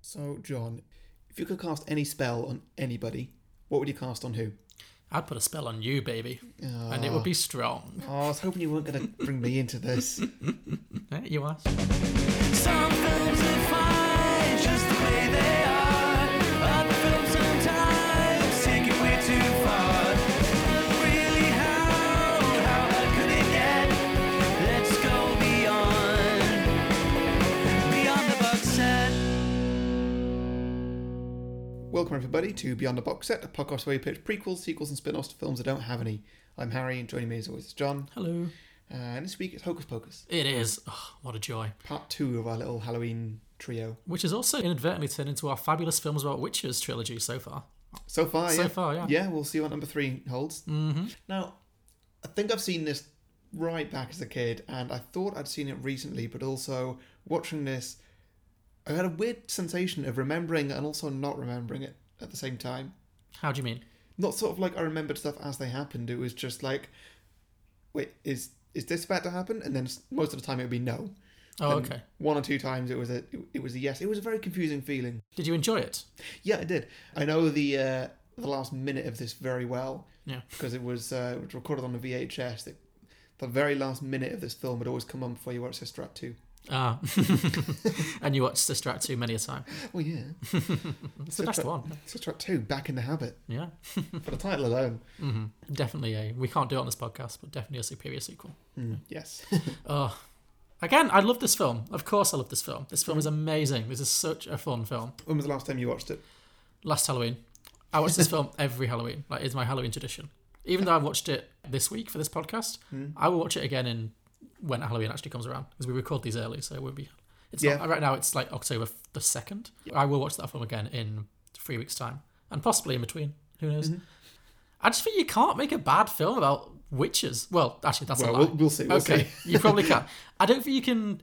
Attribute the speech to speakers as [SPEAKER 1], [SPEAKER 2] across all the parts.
[SPEAKER 1] So, John, if you could cast any spell on anybody, what would you cast on who?
[SPEAKER 2] I'd put a spell on you, baby, and it would be strong.
[SPEAKER 1] Oh, I was hoping you weren't going to bring me into this.
[SPEAKER 2] Eh, you are.
[SPEAKER 3] Some films are fine just the way they are. Other films sometimes take it way too far. Really, how, how hard could it get? Let's go beyond, beyond the box set.
[SPEAKER 1] Welcome, everybody, to Beyond the Box Set, a podcast where we pitch prequels, sequels, and spin offs to films that don't have any. I'm Harry, and joining me as always is John.
[SPEAKER 2] Hello.
[SPEAKER 1] And this week it's Hocus Pocus,
[SPEAKER 2] It is. Oh, what a joy.
[SPEAKER 1] part two of our little Halloween trio.
[SPEAKER 2] Which has also inadvertently turned into our fabulous films about witches trilogy so far.
[SPEAKER 1] So far,
[SPEAKER 2] So
[SPEAKER 1] yeah.
[SPEAKER 2] far, yeah.
[SPEAKER 1] Yeah, we'll see what number three holds. Mm-hmm. Now, I think I've seen this right back as a kid, and I thought I'd seen it recently, but also watching this, I had a weird sensation of remembering and also not remembering it at the same time.
[SPEAKER 2] How do you mean?
[SPEAKER 1] Not sort of like I remembered stuff as they happened. It was just like, wait, is is this about to happen? And then s- most of the time it would be no.
[SPEAKER 2] Oh,
[SPEAKER 1] And
[SPEAKER 2] okay.
[SPEAKER 1] One or two times it was a it- it was a yes. It was a very confusing feeling.
[SPEAKER 2] Did you enjoy it?
[SPEAKER 1] Yeah, I did. I know the uh, the last minute of this very well
[SPEAKER 2] Yeah.
[SPEAKER 1] because it was uh, it was recorded on a VHS. That the very last minute of this film would always come on before you watched Sister Act Two.
[SPEAKER 2] Ah. and you watched Sister Act 2 many a time.
[SPEAKER 1] Oh yeah,
[SPEAKER 2] It's the best one.
[SPEAKER 1] Sister Act Two, back in the habit
[SPEAKER 2] Yeah. Mm-hmm.
[SPEAKER 1] for the title alone.
[SPEAKER 2] Definitely a. We can't do it on this podcast, but definitely a superior sequel.
[SPEAKER 1] Mm, yes,
[SPEAKER 2] Oh. Again, I love this film. Of course, I love this film. This film is amazing. This is such a fun film.
[SPEAKER 1] when was the last time you watched it?
[SPEAKER 2] last Halloween. I watch this film every Halloween. Like it's my Halloween tradition. Even though I watched it this week for this podcast,
[SPEAKER 1] Hmm.
[SPEAKER 2] I will watch it again in when Halloween actually comes around because we record these early, so it won't be. It's
[SPEAKER 1] Yeah.
[SPEAKER 2] not, right now. It's like October f- the second. I will watch that film again in three weeks' time, and possibly in between. Who knows?
[SPEAKER 1] Mm-hmm.
[SPEAKER 2] I just think you can't make a bad film about witches. Well, actually, that's a
[SPEAKER 1] Well,
[SPEAKER 2] lie.
[SPEAKER 1] we'll, we'll see. We'll
[SPEAKER 2] okay,
[SPEAKER 1] see.
[SPEAKER 2] you probably can. I don't think you can.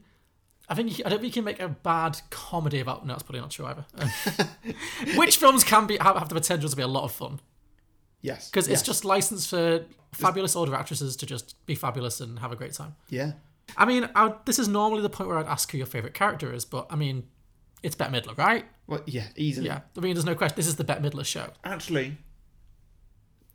[SPEAKER 2] I think you, I don't think you can make a bad comedy about. No, that's probably not true either. Um, Which films can be have, have the potential to be a lot of fun
[SPEAKER 1] Yes,
[SPEAKER 2] because it's
[SPEAKER 1] Yes.
[SPEAKER 2] just licensed for fabulous older actresses to just be fabulous and have a great time.
[SPEAKER 1] yeah.
[SPEAKER 2] I mean, I, would- this is normally the point where I'd ask who your favorite character is, but I mean, it's Bette Midler, right?
[SPEAKER 1] Well, yeah, easily.
[SPEAKER 2] Yeah, I mean, there's no question. This is the Bette Midler show.
[SPEAKER 1] Actually,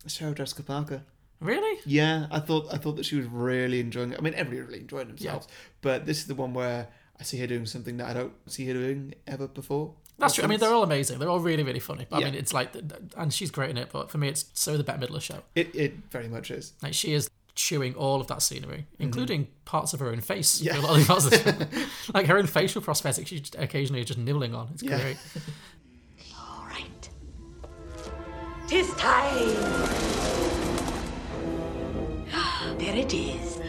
[SPEAKER 1] Sarah Jessica Parker.
[SPEAKER 2] Really?
[SPEAKER 1] Yeah, I thought I thought that she was really enjoying it. I mean, everybody really enjoying themselves, but this is the one where I see her doing something that I don't see her doing ever before.
[SPEAKER 2] That's true. I mean,
[SPEAKER 1] there
[SPEAKER 2] they're all amazing. They're all really, really funny. But
[SPEAKER 1] Yeah.
[SPEAKER 2] I mean, it's like, and she's great in it. But for me, it's so the Bette Midler show.
[SPEAKER 1] It it very much is.
[SPEAKER 2] Like she is chewing all of that scenery,
[SPEAKER 1] Mm-hmm.
[SPEAKER 2] including parts of her own face. Yeah. like her own facial prosthetics, she's just occasionally just nibbling on. It's
[SPEAKER 1] Yeah.
[SPEAKER 2] great.
[SPEAKER 4] All right. Tis time. There it is.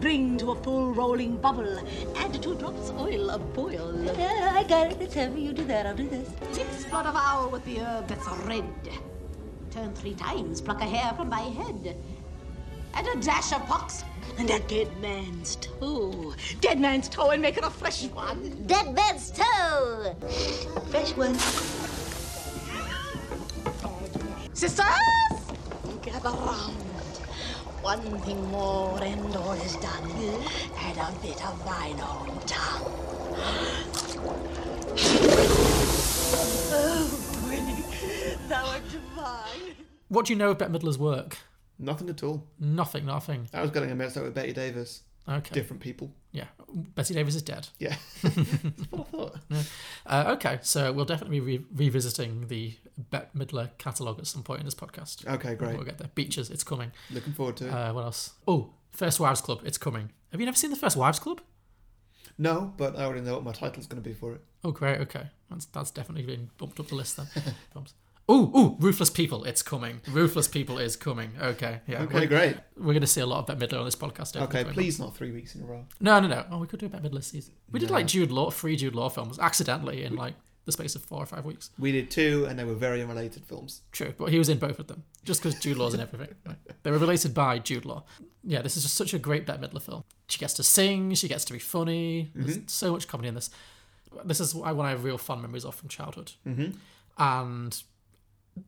[SPEAKER 5] Bring to a full rolling bubble. Add two drops oil of boil.
[SPEAKER 4] Yeah, I got it. It's heavy. You do that. I'll do this.
[SPEAKER 5] Six blood of owl with the herb that's red. Turn three times, pluck a hair from my head. Add a dash of pox and a dead man's toe. Dead man's toe and make it a fresh one.
[SPEAKER 4] Dead man's toe. Fresh one.
[SPEAKER 5] Sisters, gather round. One thing more and all is done. Add a bit of thine own tongue. Oh, Winnie, thou art divine.
[SPEAKER 2] What do you know of Bette Midler's work?
[SPEAKER 1] Nothing at all.
[SPEAKER 2] Nothing, nothing.
[SPEAKER 1] I was getting a mixed up with Betty Davis.
[SPEAKER 2] Okay.
[SPEAKER 1] Different people.
[SPEAKER 2] Yeah. Betty Davis is dead.
[SPEAKER 1] Yeah, that's what I thought.
[SPEAKER 2] Uh, okay, so we'll definitely be re- revisiting the Bette Midler catalogue at some point in this podcast.
[SPEAKER 1] Okay, great.
[SPEAKER 2] We'll get there. Beaches, it's coming.
[SPEAKER 1] Looking forward to it.
[SPEAKER 2] Uh, what else? Oh, First Wives Club, it's coming. Have you never seen the First Wives Club?
[SPEAKER 1] no, but I already know what my title's going to be for it.
[SPEAKER 2] Oh, great. Okay, that's that's definitely been bumped up the list then. Bumps. Ooh, ooh, Ruthless People, it's coming. Ruthless People is coming. Okay, yeah.
[SPEAKER 1] Okay,
[SPEAKER 2] We're,
[SPEAKER 1] great.
[SPEAKER 2] we're going to see a lot of Bette Midler on this podcast. over
[SPEAKER 1] Okay,
[SPEAKER 2] the
[SPEAKER 1] please not three weeks in a row.
[SPEAKER 2] No, no, no. Oh, we could do a Bette Midler season. We did like Jude Law, three Jude Law films accidentally in like the space of four or five weeks.
[SPEAKER 1] We did two, and they were very unrelated films.
[SPEAKER 2] True, but he was in both of them just because Jude Law's in everything. They were related by Jude Law. Yeah, this is just such a great Bette Midler film. She gets to sing, she gets to be funny. There's so much comedy in this. This is why- one I have real fond memories of from childhood. Mm-hmm. And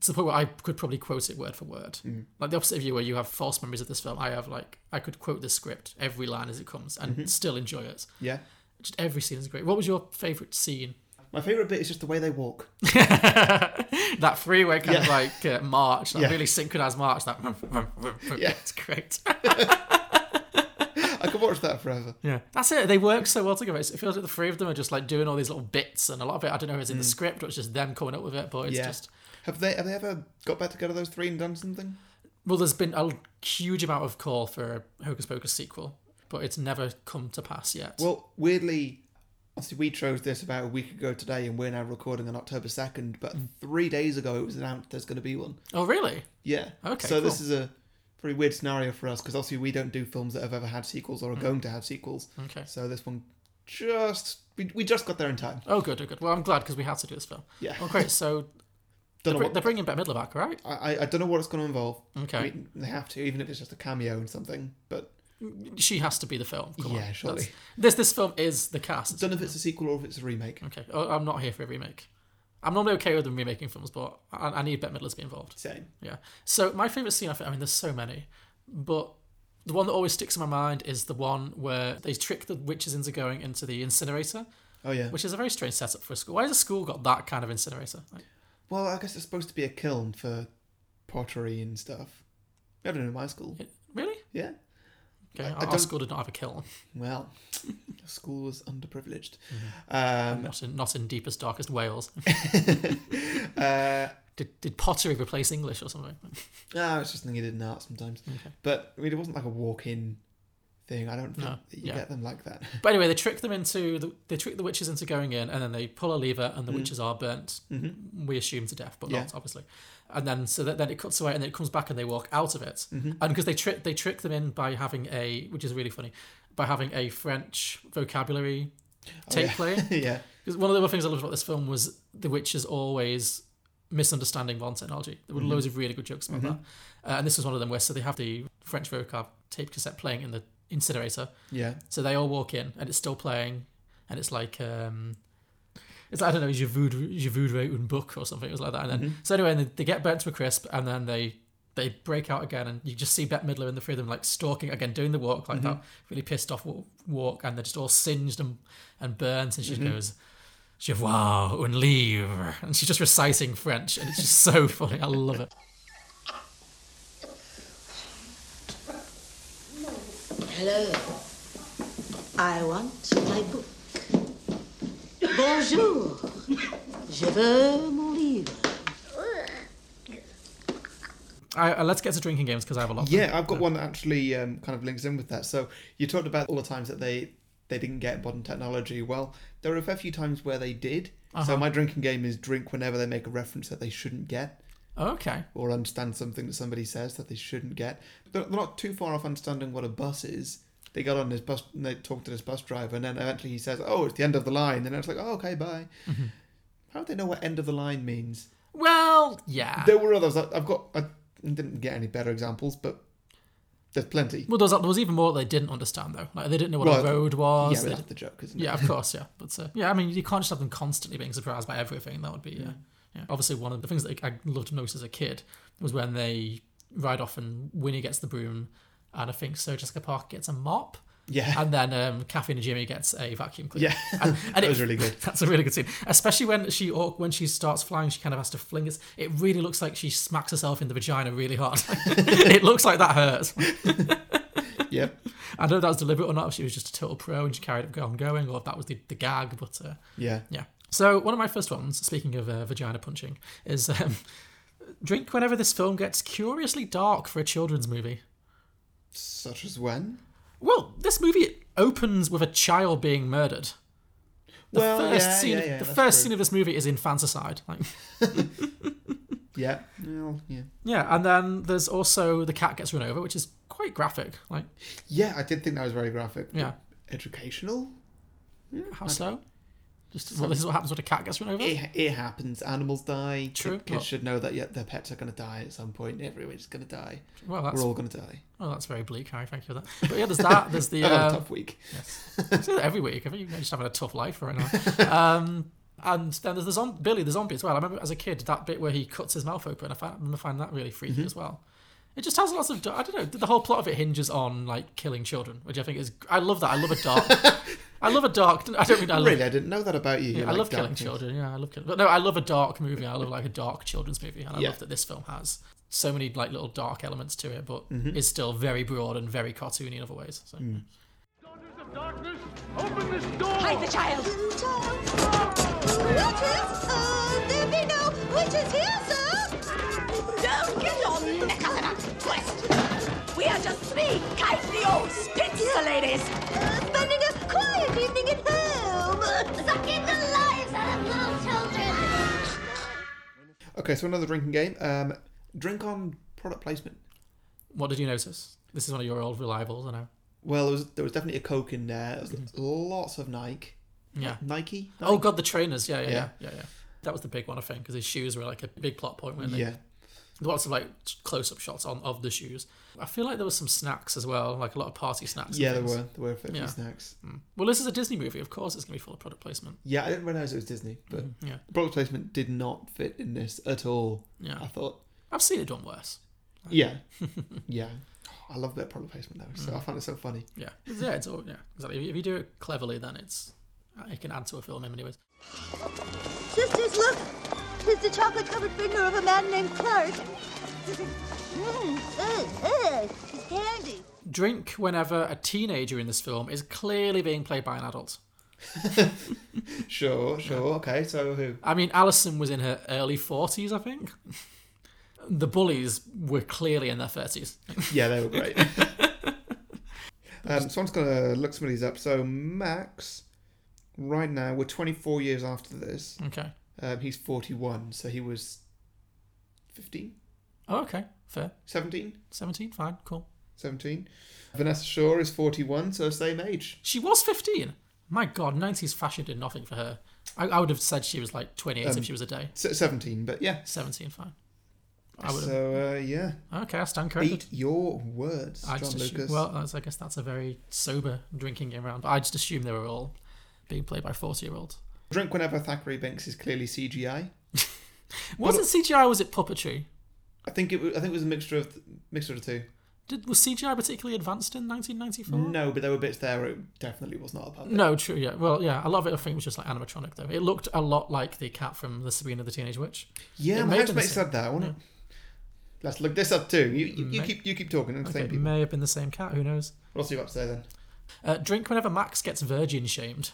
[SPEAKER 2] to the point where I could probably quote it word for word. Like the opposite of you, where you have false memories of this film, I have like, I could quote this script every line as it comes and still enjoy it.
[SPEAKER 1] Yeah,
[SPEAKER 2] Just every scene is great. What was your favourite scene?
[SPEAKER 1] My favourite bit is just the way they walk.
[SPEAKER 2] that freeway kind of
[SPEAKER 1] Yeah.
[SPEAKER 2] like uh, march, that
[SPEAKER 1] Yeah.
[SPEAKER 2] really synchronized march. That
[SPEAKER 1] Yeah.
[SPEAKER 2] it's great.
[SPEAKER 1] I could watch that forever.
[SPEAKER 2] Yeah, that's it. They work so well together. It's- It feels like the three of them are just like doing all these little bits, and a lot of it I don't know if it's in the script or it's just them coming up with it. But it's
[SPEAKER 1] Mm. yeah.
[SPEAKER 2] just
[SPEAKER 1] Have they have they ever got back together those three and done something?
[SPEAKER 2] well, there's been a huge amount of call for a Hocus Pocus sequel, but it's never come to pass yet.
[SPEAKER 1] Well, weirdly, obviously we chose this about a week ago today, and we're now recording on October second. But
[SPEAKER 2] Hmm.
[SPEAKER 1] three days ago, it was announced there's going to be one.
[SPEAKER 2] oh really?
[SPEAKER 1] Yeah.
[SPEAKER 2] Okay,
[SPEAKER 1] So this
[SPEAKER 2] cool.
[SPEAKER 1] is a pretty weird scenario for us because obviously we don't do films that have ever had sequels or are going to have sequels.
[SPEAKER 2] Hmm. Okay.
[SPEAKER 1] So this one just we, we just got there in time.
[SPEAKER 2] Oh good, oh good. Well, I'm glad because we had to do this film.
[SPEAKER 1] Yeah.
[SPEAKER 2] Well, great. So
[SPEAKER 1] Don't
[SPEAKER 2] they're,
[SPEAKER 1] know
[SPEAKER 2] br-
[SPEAKER 1] what-
[SPEAKER 2] they're bringing Bette Midler back, right?
[SPEAKER 1] I, I don't know what it's going to involve.
[SPEAKER 2] Okay.
[SPEAKER 1] I mean, they have to, even if it's just a cameo and something. But
[SPEAKER 2] She has to be the film. Come
[SPEAKER 1] Yeah,
[SPEAKER 2] on.
[SPEAKER 1] surely.
[SPEAKER 2] That's- This this film is the cast.
[SPEAKER 1] don't know if it's a sequel or if it's a remake.
[SPEAKER 2] Okay, oh, I'm not here for a remake. I'm normally okay with them remaking films, but I, I need Bette Midler to be involved.
[SPEAKER 1] Same.
[SPEAKER 2] Yeah. So my favorite scene, I think, I mean, there's so many, but the one that always sticks in my mind is the one where they trick the witches into going into the incinerator,
[SPEAKER 1] Oh yeah.
[SPEAKER 2] which is a very strange setup for a school. Why has a school got that kind of incinerator? Like,
[SPEAKER 1] Well, I guess it's supposed to be a kiln for pottery and stuff. I don't know in my school.
[SPEAKER 2] it- really?
[SPEAKER 1] Yeah.
[SPEAKER 2] Okay,
[SPEAKER 1] I
[SPEAKER 2] our- our
[SPEAKER 1] don't-
[SPEAKER 2] school did not have a kiln.
[SPEAKER 1] Well, your school was underprivileged. Um,
[SPEAKER 2] Not in, not in deepest, darkest Wales.
[SPEAKER 1] uh,
[SPEAKER 2] did, did pottery replace English or something?
[SPEAKER 1] ah, it's just something you did in art sometimes. But I mean, it wasn't like a walk-in thing. I don't think
[SPEAKER 2] No,
[SPEAKER 1] that you
[SPEAKER 2] yeah.
[SPEAKER 1] get them like that.
[SPEAKER 2] But anyway, they trick them into the, they trick the witches into going in, and then they pull a lever,
[SPEAKER 1] Mm.
[SPEAKER 2] and the witches are burnt.
[SPEAKER 1] Mm-hmm.
[SPEAKER 2] We assume to death, but
[SPEAKER 1] Yeah.
[SPEAKER 2] not obviously. And then so that then it cuts away, and then it comes back, and they walk out of it.
[SPEAKER 1] Mm-hmm.
[SPEAKER 2] And because they trick they trick them in by having a, which is really funny, by having a French vocabulary tape
[SPEAKER 1] Oh, yeah.
[SPEAKER 2] player.
[SPEAKER 1] yeah.
[SPEAKER 2] Because one of the other things I loved about this film was the witches always misunderstanding modern technology. There were
[SPEAKER 1] Mm-hmm.
[SPEAKER 2] loads of really good jokes about that, uh, and this was one of them where so they have the French vocab tape cassette playing in the incinerator.
[SPEAKER 1] Yeah.
[SPEAKER 2] So they all walk in, and it's still playing, and it's like um, it's like, I don't know, je voudrais, je voudrais un book or something. It was like that, and then so anyway, and they, they get burnt to a crisp, and then they they break out again, and you just see Bette Midler and the three of them like stalking again, doing the walk like that, really pissed off wa- walk, and they're just all singed and and burnt, and she goes. Je vois un livre, and she's just reciting French, and it's just so funny. I love it.
[SPEAKER 5] Hello. I want my book. Bonjour. Je veux mon livre.
[SPEAKER 2] I, uh, let's get to drinking games because I have a lot. of them.
[SPEAKER 1] Yeah, I've got one that actually um, kind of links in with that. So you talked about all the times that they they didn't get modern technology. Well, there were a fair few times where they did.
[SPEAKER 2] Uh-huh.
[SPEAKER 1] So my drinking game is drink whenever they make a reference that they shouldn't get
[SPEAKER 2] Okay.
[SPEAKER 1] or understand something that somebody says that they shouldn't get. They're, they're not too far off understanding what a bus is. They got on this bus and they talked to this bus driver, and then eventually he says, "Oh, it's the end of the line," and it's like, "Oh, okay, bye."
[SPEAKER 2] Mm-hmm.
[SPEAKER 1] How do they know what end of the line means?
[SPEAKER 2] Well, yeah.
[SPEAKER 1] There were others. I- I've got. I didn't get any better examples, but there's plenty.
[SPEAKER 2] Well, there was, there was even more that they didn't understand though. Like they didn't know what a
[SPEAKER 1] Well,
[SPEAKER 2] road was.
[SPEAKER 1] Yeah,
[SPEAKER 2] They
[SPEAKER 1] but that's
[SPEAKER 2] didn't-
[SPEAKER 1] the joke, isn't it?
[SPEAKER 2] yeah, of course, yeah. But uh, yeah, I mean, you can't just have them constantly being surprised by everything. That would be yeah. yeah. Obviously, one of the things that I loved most as a kid was when they ride off and Winnie gets the broom, and I think Sarah Jessica Parker gets a mop.
[SPEAKER 1] Yeah.
[SPEAKER 2] And then um, Kathy and Jimmy gets a vacuum cleaner.
[SPEAKER 1] Yeah.
[SPEAKER 2] and, and
[SPEAKER 1] That was really good.
[SPEAKER 2] That's a really good scene, especially when she or when she starts flying, she kind of has to fling it. It really looks like she smacks herself in the vagina really hard. it looks like that hurts.
[SPEAKER 1] Yep.
[SPEAKER 2] I don't know if that was deliberate or not, if she was just a total pro and she carried it on going, or if that was the, the gag, but uh,
[SPEAKER 1] Yeah.
[SPEAKER 2] yeah. So, one of my first ones, speaking of uh, vagina punching, is um, drink whenever this film gets curiously dark for a children's movie.
[SPEAKER 1] Such as when?
[SPEAKER 2] Well, this movie opens with a child being murdered. The
[SPEAKER 1] well,
[SPEAKER 2] first
[SPEAKER 1] yeah,
[SPEAKER 2] scene,
[SPEAKER 1] yeah, yeah,
[SPEAKER 2] the
[SPEAKER 1] that's
[SPEAKER 2] first
[SPEAKER 1] true.
[SPEAKER 2] scene of this movie is infanticide. Like,
[SPEAKER 1] Yeah. Well, yeah.
[SPEAKER 2] yeah, and then there's also the cat gets run over, which is quite graphic. Like,
[SPEAKER 1] Yeah, I did think that was very graphic. but
[SPEAKER 2] Yeah.
[SPEAKER 1] Educational?
[SPEAKER 2] how so? Just well, this is what happens when a cat gets run over.
[SPEAKER 1] Hmm. It, it happens. Animals die.
[SPEAKER 2] True,
[SPEAKER 1] Kids
[SPEAKER 2] but-
[SPEAKER 1] should know that yeah, their pets are going to die at some point. Everybody's going to die.
[SPEAKER 2] Well, that's
[SPEAKER 1] We're all going to die.
[SPEAKER 2] well, Oh, that's very bleak, Harry. Thank you for that. But yeah, there's that. There's the
[SPEAKER 1] I've had
[SPEAKER 2] uh,
[SPEAKER 1] a tough week.
[SPEAKER 2] I say that every week. I think you're just having a tough life right now. Um, and then there's the zombie, Billy the zombie as well. I remember as a kid that bit where he cuts his mouth open. I found, I remember finding that really freaky
[SPEAKER 1] Mm-hmm.
[SPEAKER 2] as well. It just has lots of I don't know. The whole plot of it hinges on like killing children, which I think is I love that. I love a dark. I love a dark. I don't mean I love.
[SPEAKER 1] Really, I didn't know that about you. You
[SPEAKER 2] Yeah, I
[SPEAKER 1] like
[SPEAKER 2] love
[SPEAKER 1] dark
[SPEAKER 2] killing
[SPEAKER 1] things.
[SPEAKER 2] children. Yeah, I love killing. But no, I love a dark movie. I love like a dark children's movie, and I
[SPEAKER 1] Yeah.
[SPEAKER 2] love that this film has so many like little dark elements to it, but
[SPEAKER 1] Mm-hmm.
[SPEAKER 2] is still very broad and very cartoony in other ways. So.
[SPEAKER 1] Mm.
[SPEAKER 6] Daughters of darkness, open this door!
[SPEAKER 5] Hide the child.
[SPEAKER 4] Witches? Uh, there be no witches here, sir.
[SPEAKER 5] Don't get your neck up in a twist. We are just three kindly old spitzer ladies.
[SPEAKER 4] Uh, spending a quiet evening at home. Sucking the lives out of little children.
[SPEAKER 1] Okay, so another drinking game. Um, drink on product placement.
[SPEAKER 2] What did you notice? This is one of your old reliables, I know.
[SPEAKER 1] Well, there was there was definitely a Coke in there. There was
[SPEAKER 2] Mm-hmm.
[SPEAKER 1] lots of Nike.
[SPEAKER 2] Yeah.
[SPEAKER 1] Nike.
[SPEAKER 2] Oh god, the trainers. Yeah, yeah, yeah,
[SPEAKER 1] Yeah.
[SPEAKER 2] yeah, yeah. That was the big one, I think, because his shoes were like a big plot point, weren't they?
[SPEAKER 1] Yeah.
[SPEAKER 2] Lots of like close-up shots on of the shoes. I feel like there was some snacks as well, like a lot of party snacks. and
[SPEAKER 1] Yeah, there
[SPEAKER 2] things.
[SPEAKER 1] were there were a fair few
[SPEAKER 2] Yeah. Mm.
[SPEAKER 1] snacks.
[SPEAKER 2] Well, this is a Disney movie. Of course, it's gonna be full of product placement.
[SPEAKER 1] Yeah, I didn't realize it was Disney, but
[SPEAKER 2] Mm-hmm. yeah.
[SPEAKER 1] product placement did not fit in this at all.
[SPEAKER 2] Yeah.
[SPEAKER 1] I thought.
[SPEAKER 2] I've seen it done worse.
[SPEAKER 1] Yeah, yeah. I love a bit of product placement though,
[SPEAKER 2] Mm.
[SPEAKER 1] so I found it so funny.
[SPEAKER 2] Yeah, yeah, it's all yeah. Exactly. If you do it cleverly, then it's uh, it can add to a film in many ways.
[SPEAKER 4] Sisters, look! It's the chocolate covered finger of a man named Clark. mm, ugh, ugh, it's candy.
[SPEAKER 2] Drink whenever a teenager in this film is clearly being played by an adult.
[SPEAKER 1] Sure, sure. Ah, Okay, so who?
[SPEAKER 2] I mean, Alison was in her early forties, I think. The bullies were clearly in their thirties.
[SPEAKER 1] Yeah, they were great. um, someone's gonna look some of these up. So Max, right now we're 24 years after this.
[SPEAKER 2] Okay.
[SPEAKER 1] Um, he's 41, so he was 15,
[SPEAKER 2] Oh, okay. Fair.
[SPEAKER 1] 17,
[SPEAKER 2] Seventeen. Fine. Cool.
[SPEAKER 1] 17. Vanessa Shaw is 41, so same age.
[SPEAKER 2] She was fifteen. My God, nineties fashion did nothing for her. I, I would have said she was like twenty-eight if she was a day.
[SPEAKER 1] S- 17, but yeah.
[SPEAKER 2] Seventeen. Fine. I would.
[SPEAKER 1] So uh, yeah,
[SPEAKER 2] have okay, I stand corrected.
[SPEAKER 1] eat your words,
[SPEAKER 2] I
[SPEAKER 1] John
[SPEAKER 2] just assume,
[SPEAKER 1] Lucas.
[SPEAKER 2] well, that's, I guess that's a very sober drinking game round. But I just assume they were all being played by forty-year-olds.
[SPEAKER 1] Drink whenever Thackeray Banks is clearly CGI.
[SPEAKER 2] Was it CGI? or Was it puppetry?
[SPEAKER 1] I think it. wa- I think it was a mixture of mixture of the two.
[SPEAKER 2] Did was CGI particularly advanced in 1994?
[SPEAKER 1] No, but there were bits there where it definitely was not a puppet.
[SPEAKER 2] No, true. Yeah, well, yeah. A lot of it, I think, was just like animatronic, though. It looked a lot like the cat from the Sabrina the Teenage Witch.
[SPEAKER 1] Yeah,
[SPEAKER 2] It
[SPEAKER 1] my
[SPEAKER 2] may have been the
[SPEAKER 1] housemate
[SPEAKER 2] same.
[SPEAKER 1] said that. I wanna- Let's look this up too. You, you, you
[SPEAKER 2] May-
[SPEAKER 1] keep you keep talking. and
[SPEAKER 2] Okay,
[SPEAKER 1] saying
[SPEAKER 2] it
[SPEAKER 1] people.
[SPEAKER 2] may have been the same cat. Who knows?
[SPEAKER 1] What else have you got to say then?
[SPEAKER 2] Uh, drink whenever Max gets virgin shamed.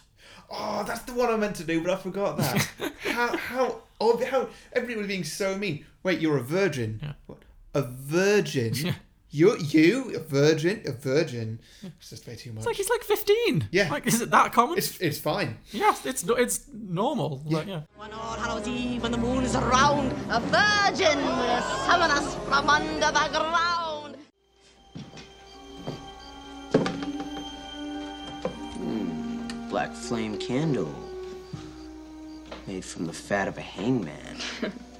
[SPEAKER 1] Oh, that's the one I meant to do, but I forgot that. how how oh how everybody was being so mean. Wait, you're a virgin. What? A virgin. You you a virgin a virgin. It's just way too much.
[SPEAKER 2] Like he's like 15.
[SPEAKER 1] Yeah.
[SPEAKER 2] Like, is it that common?
[SPEAKER 1] It's it's fine.
[SPEAKER 2] yes, it's no- it's normal. Like, yeah.
[SPEAKER 5] One all Hallows Eve, when the moon is around, a virgin will summon us from under the ground.
[SPEAKER 7] black flame candle made from the fat of a hangman.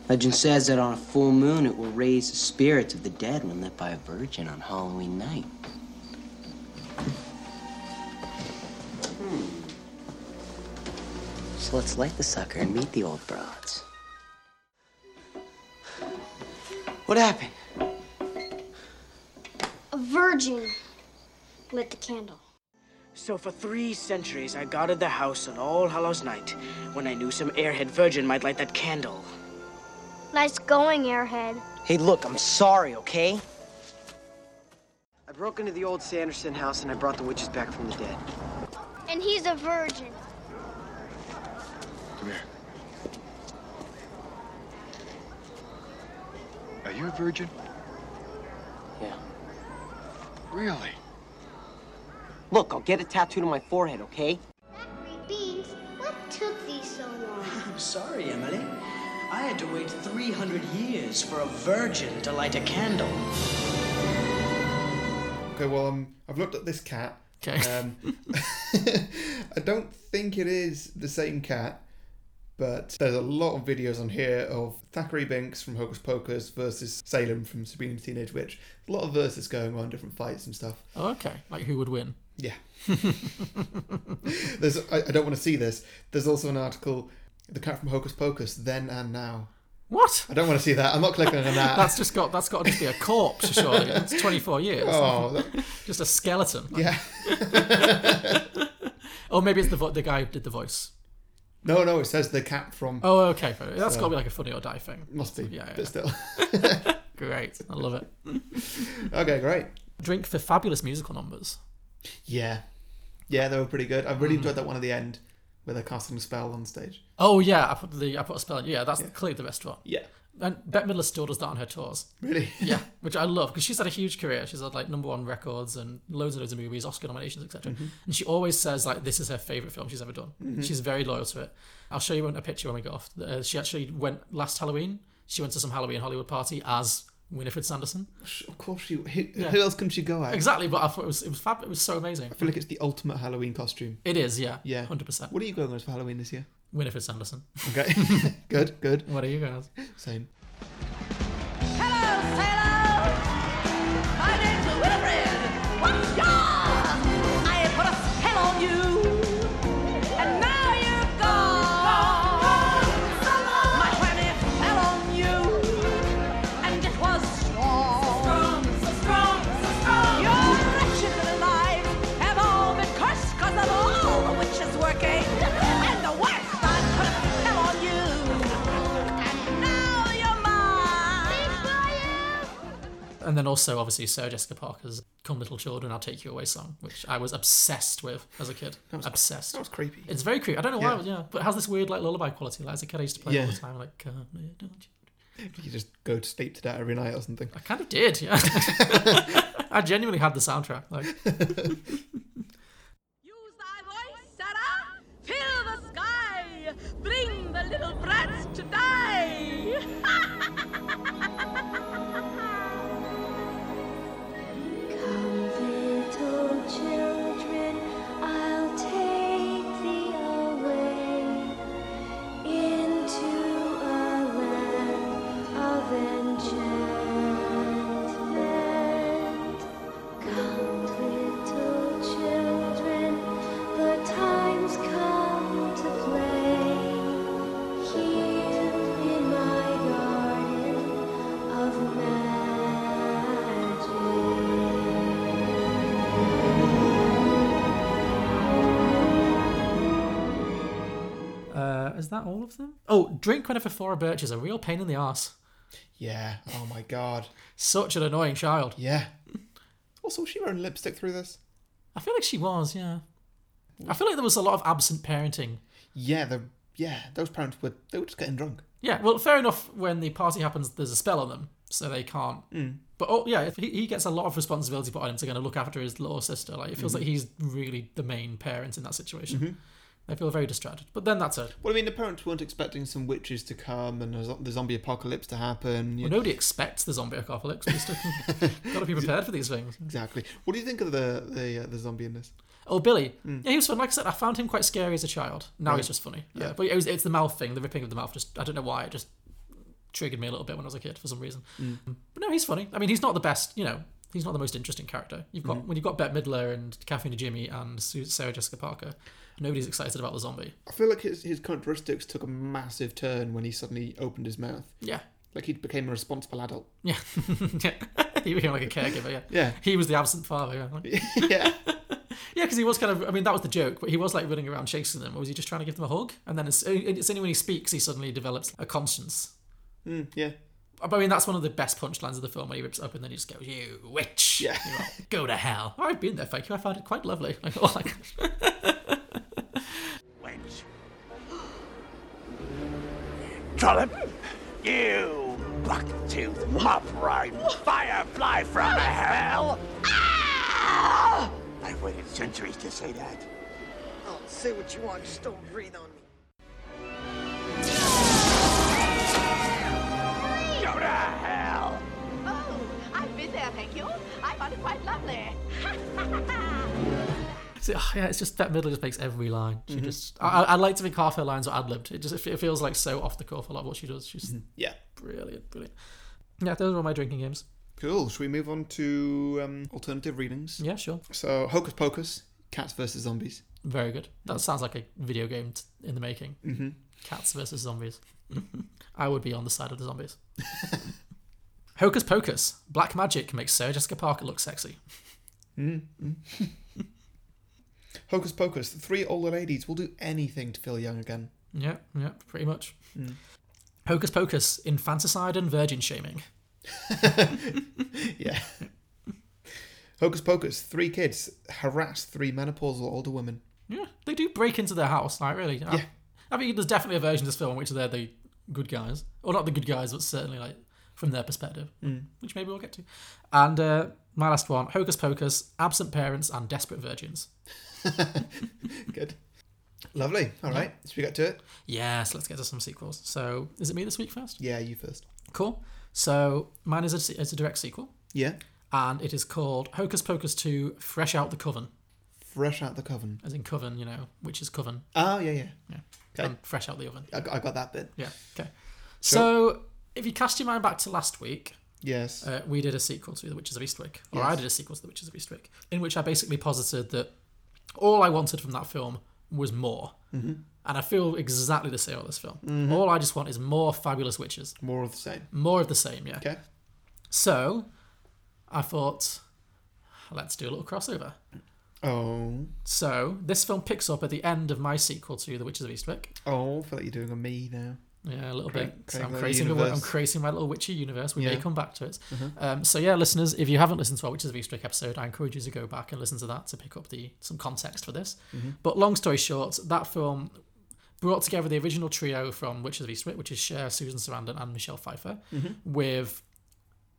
[SPEAKER 7] Legend says that on a full moon it will raise the spirits of the dead when lit by a virgin on Halloween night. Hmm. So let's light the sucker and meet the old broads. What happened?
[SPEAKER 8] A virgin lit the candle.
[SPEAKER 7] So for three centuries, I guarded the house on All Hallows Night when I knew some airhead virgin might light that candle.
[SPEAKER 8] Nice going, Airhead.
[SPEAKER 7] Hey, look, I'm sorry, okay? I broke into the old Sanderson house and I brought the witches back from the dead.
[SPEAKER 8] And he's a virgin.
[SPEAKER 9] Come here. Are you a virgin?
[SPEAKER 7] Yeah.
[SPEAKER 9] Really?
[SPEAKER 7] Look, I'll get a tattoo to my forehead, okay?
[SPEAKER 8] Zachary Beans, what took thee so long?
[SPEAKER 7] I'm sorry, Emily. I had to wait 300 years for a virgin to light a candle.
[SPEAKER 1] Okay, well um, I've looked at this cat.
[SPEAKER 2] Okay.
[SPEAKER 1] Um, I don't think it is the same cat, but there's a lot of videos on here of Thackeray Binks from Hocus Pocus versus Salem from Sabrina the Teenage Witch. A lot of verses going on, different fights and stuff.
[SPEAKER 2] Oh, okay. Like who would win?
[SPEAKER 1] Yeah. there's I, I don't want to see this. There's also an article, The Cat from Hocus Pocus, Then and Now.
[SPEAKER 2] What?
[SPEAKER 1] I don't want to see that. I'm not clicking on that.
[SPEAKER 2] That's just got that's got to just be a corpse, surely. It's 24 years.
[SPEAKER 1] oh, that-
[SPEAKER 2] Just a skeleton.
[SPEAKER 1] yeah.
[SPEAKER 2] Or maybe it's the vo- the guy who did the voice.
[SPEAKER 1] No, no, it says the cat from.
[SPEAKER 2] Oh, okay. fair. That's got to be like a funny or die thing.
[SPEAKER 1] Must be,
[SPEAKER 2] Yeah, yeah.
[SPEAKER 1] but still.
[SPEAKER 2] Great. I love it.
[SPEAKER 1] okay, great.
[SPEAKER 2] Drink for fabulous musical numbers.
[SPEAKER 1] Yeah. Yeah, they were pretty good. I really enjoyed that one at the end where they're casting a spell on stage.
[SPEAKER 2] Oh yeah, I put the I put a spell in. Yeah, that's clearly the best one.
[SPEAKER 1] Yeah.
[SPEAKER 2] And Bette Midler still does that on her tours.
[SPEAKER 1] Really?
[SPEAKER 2] Yeah, which I love because she's had a huge career. She's had like number one records and loads and loads of movies, Oscar nominations, etc.
[SPEAKER 1] Mm-hmm.
[SPEAKER 2] And she always says like this is her favorite film she's ever done. She's very loyal to it. I'll show you a picture when we get off. Uh, she actually went last Halloween. She went to some Halloween Hollywood party as Winifred Sanderson.
[SPEAKER 1] Of course she. Who, who else can she go at?
[SPEAKER 2] Exactly, but I thought it was it was fab. It was so amazing.
[SPEAKER 1] I feel like it's the ultimate Halloween costume.
[SPEAKER 2] It is, yeah,
[SPEAKER 1] Yeah.
[SPEAKER 2] hundred percent.
[SPEAKER 1] What are you going as for Halloween this year?
[SPEAKER 2] Winifred Sanderson.
[SPEAKER 1] Okay. Oh. good, good.
[SPEAKER 2] What are you guys?
[SPEAKER 1] Same.
[SPEAKER 5] Hello, sailor! My name's Winifred! What's yours? I have put a spell on you! And now you've gone! My planet fell on you! And it was strong! So strong, so strong! Your wretched little lives have all been cursed 'cause of all the witches working! And the worst one put a spell on you! And now you're mine!
[SPEAKER 2] And then also obviously Sarah Jessica Parker's "Come Little Children, I'll Take You Away" song, which I was obsessed with as a kid. obsessed.
[SPEAKER 1] That was creepy.
[SPEAKER 2] It's very creepy. I don't know why.
[SPEAKER 1] Yeah.
[SPEAKER 2] Yeah, but it has this weird like lullaby quality. Like as a kid, I used to play it all
[SPEAKER 1] Yeah.
[SPEAKER 2] the time. Like, uh, don't you-
[SPEAKER 1] You just go to sleep to that every night or something.
[SPEAKER 2] I kind of did. Yeah, I genuinely had the soundtrack. Like,
[SPEAKER 5] Use thy voice, Sarah! Fill the sky! Bring the little brats to die!
[SPEAKER 8] Come, little children, I'll take thee away into a land of enchantment. Come, little children, the time's come to play here in my garden of magic.
[SPEAKER 2] uh, is that all of them? Oh, drink whenever Flora Birch is a real pain in the ass.
[SPEAKER 1] Yeah. Oh my god.
[SPEAKER 2] Such an annoying child.
[SPEAKER 1] Yeah. Also, was she wearing lipstick through this?
[SPEAKER 2] I feel like she was. Yeah, I feel like there was a lot of absent parenting.
[SPEAKER 1] Yeah. The yeah. Those parents were they were just getting drunk.
[SPEAKER 2] Yeah, well, fair enough. When the party happens, there's a spell on them, so they can't.
[SPEAKER 1] Mm.
[SPEAKER 2] But oh, yeah, if he, he gets a lot of responsibility put on him to going to look after his little sister. Like it feels
[SPEAKER 1] Mm-hmm.
[SPEAKER 2] like he's really the main parent in that situation. They feel very distracted. But then that's it.
[SPEAKER 1] Well, I mean, the parents weren't expecting some witches to come and a zo- the zombie apocalypse to happen. you
[SPEAKER 2] Well, nobody expects the zombie apocalypse. But still, got to be prepared for these things.
[SPEAKER 1] Exactly. What do you think of the the, uh, the zombie in this?
[SPEAKER 2] Oh, Billy. Yeah, he was fun. Like I said, I found him quite scary as a child. Now he's just funny. Yeah. but it was, it's the mouth thing, the ripping of the mouth. Just I don't know why it just triggered me a little bit when I was a kid for some reason. But no, he's funny. I mean, he's not the best. You know, he's not the most interesting character. You've got when you've got Bette Midler and Kathleen Jimmy and Su- Sarah Jessica Parker. Nobody's excited about the zombie.
[SPEAKER 1] I feel like his his characteristics took a massive turn when he suddenly opened his mouth.
[SPEAKER 2] Yeah.
[SPEAKER 1] Like he became a responsible adult.
[SPEAKER 2] Yeah. yeah. he became like a caregiver. Yeah.
[SPEAKER 1] Yeah.
[SPEAKER 2] He was the absent father. Yeah. Like-
[SPEAKER 1] yeah.
[SPEAKER 2] Yeah, because he was kind of. I mean, that was the joke, but he was like running around chasing them. Or was he just trying to give them a hug? And then it's, it's only when he speaks, he suddenly develops a conscience.
[SPEAKER 1] Yeah.
[SPEAKER 2] I mean, that's one of the best punchlines of the film when he rips up and then he just goes, "You witch!
[SPEAKER 1] Yeah.
[SPEAKER 2] You're all, go to hell!" Oh, I've been there, thank you. I found it quite lovely. Like, oh, like
[SPEAKER 3] Wench. Trollop, you buck-toothed mop-rhyme firefly from hell! Ah! I've waited centuries to say that.
[SPEAKER 10] Oh, say what you want, just don't breathe on me.
[SPEAKER 3] Go to hell!
[SPEAKER 5] Oh, I've been there, thank you. I found it quite lovely.
[SPEAKER 2] so, oh, yeah, it's just that middle just makes every line.
[SPEAKER 1] Mm-hmm.
[SPEAKER 2] She just. I, I- I like to think half her lines are ad libbed. It just it feels like so off the cuff a lot of what she does. She's
[SPEAKER 1] Yeah.
[SPEAKER 2] brilliant, brilliant. Yeah, those are all my drinking games.
[SPEAKER 1] Cool. Should we move on to um, alternative readings?
[SPEAKER 2] Yeah, sure.
[SPEAKER 1] So, Hocus Pocus, Cats versus Zombies.
[SPEAKER 2] Very good. That sounds like a video game t- in the making. Mm-hmm. Cats versus zombies. I would be on the side of the zombies. Hocus Pocus. Black magic makes Sarah Jessica Parker look sexy.
[SPEAKER 1] Hocus Pocus, the three older ladies will do anything to feel young again.
[SPEAKER 2] Yeah, yeah, pretty much. Hocus Pocus, infanticide and virgin shaming.
[SPEAKER 1] Yeah. Hocus Pocus, three kids harass three menopausal older women.
[SPEAKER 2] Yeah, they do break into their house, like really. I,
[SPEAKER 1] Yeah.
[SPEAKER 2] I mean, there's definitely a version of this film in which they're the good guys, or not the good guys, but certainly like from their perspective,
[SPEAKER 1] Mm.
[SPEAKER 2] which maybe we'll get to. And uh, my last one: Hocus Pocus, absent parents and desperate virgins.
[SPEAKER 1] Good. Lovely. All right. Should we get to it?
[SPEAKER 2] Yes, let's get to some sequels. So, is it me this week first?
[SPEAKER 1] Yeah, you first.
[SPEAKER 2] Cool. So, mine is a, se- is a direct sequel,
[SPEAKER 1] Yeah.
[SPEAKER 2] and it is called Hocus Pocus 2 Fresh Out the Coven,
[SPEAKER 1] Fresh out the coven.
[SPEAKER 2] as in Coven, you know, which is Coven,
[SPEAKER 1] Oh, yeah, yeah. Okay.
[SPEAKER 2] and Fresh Out the Oven.
[SPEAKER 1] I, got, I got that bit.
[SPEAKER 2] Yeah, okay. So, if you cast your mind back to last week,
[SPEAKER 1] Yes.
[SPEAKER 2] uh, we did a sequel to The Witches of Eastwick, or I
[SPEAKER 1] Yes.
[SPEAKER 2] did a sequel to The Witches of Eastwick, in which I basically posited that all I wanted from that film was more.
[SPEAKER 1] Mm-hmm.
[SPEAKER 2] And I feel exactly the same about this film. All I just want is more fabulous witches.
[SPEAKER 1] More of the same.
[SPEAKER 2] More of the same, yeah.
[SPEAKER 1] Okay.
[SPEAKER 2] So I thought, let's do a little crossover.
[SPEAKER 1] Oh.
[SPEAKER 2] So this film picks up at the end of my sequel to The Witches of Eastwick.
[SPEAKER 1] Oh, I feel like you're doing a me now.
[SPEAKER 2] Yeah, a little
[SPEAKER 1] Cra-
[SPEAKER 2] bit. So
[SPEAKER 1] create
[SPEAKER 2] I'm
[SPEAKER 1] my
[SPEAKER 2] creating, my, I'm
[SPEAKER 1] universe.
[SPEAKER 2] creating my little Witcher universe. We may
[SPEAKER 1] Yeah. Uh-huh.
[SPEAKER 2] come back to it. Um, so yeah, listeners, if you haven't listened to our Witches of Eastwick episode, I encourage you to go back and listen to that to pick up the some context for this.
[SPEAKER 1] Mm-hmm.
[SPEAKER 2] But long story short, that film brought together the original trio from Witches of Eastwick, which is Cher, Susan Sarandon, and Michelle Pfeiffer,
[SPEAKER 1] Mm-hmm.
[SPEAKER 2] with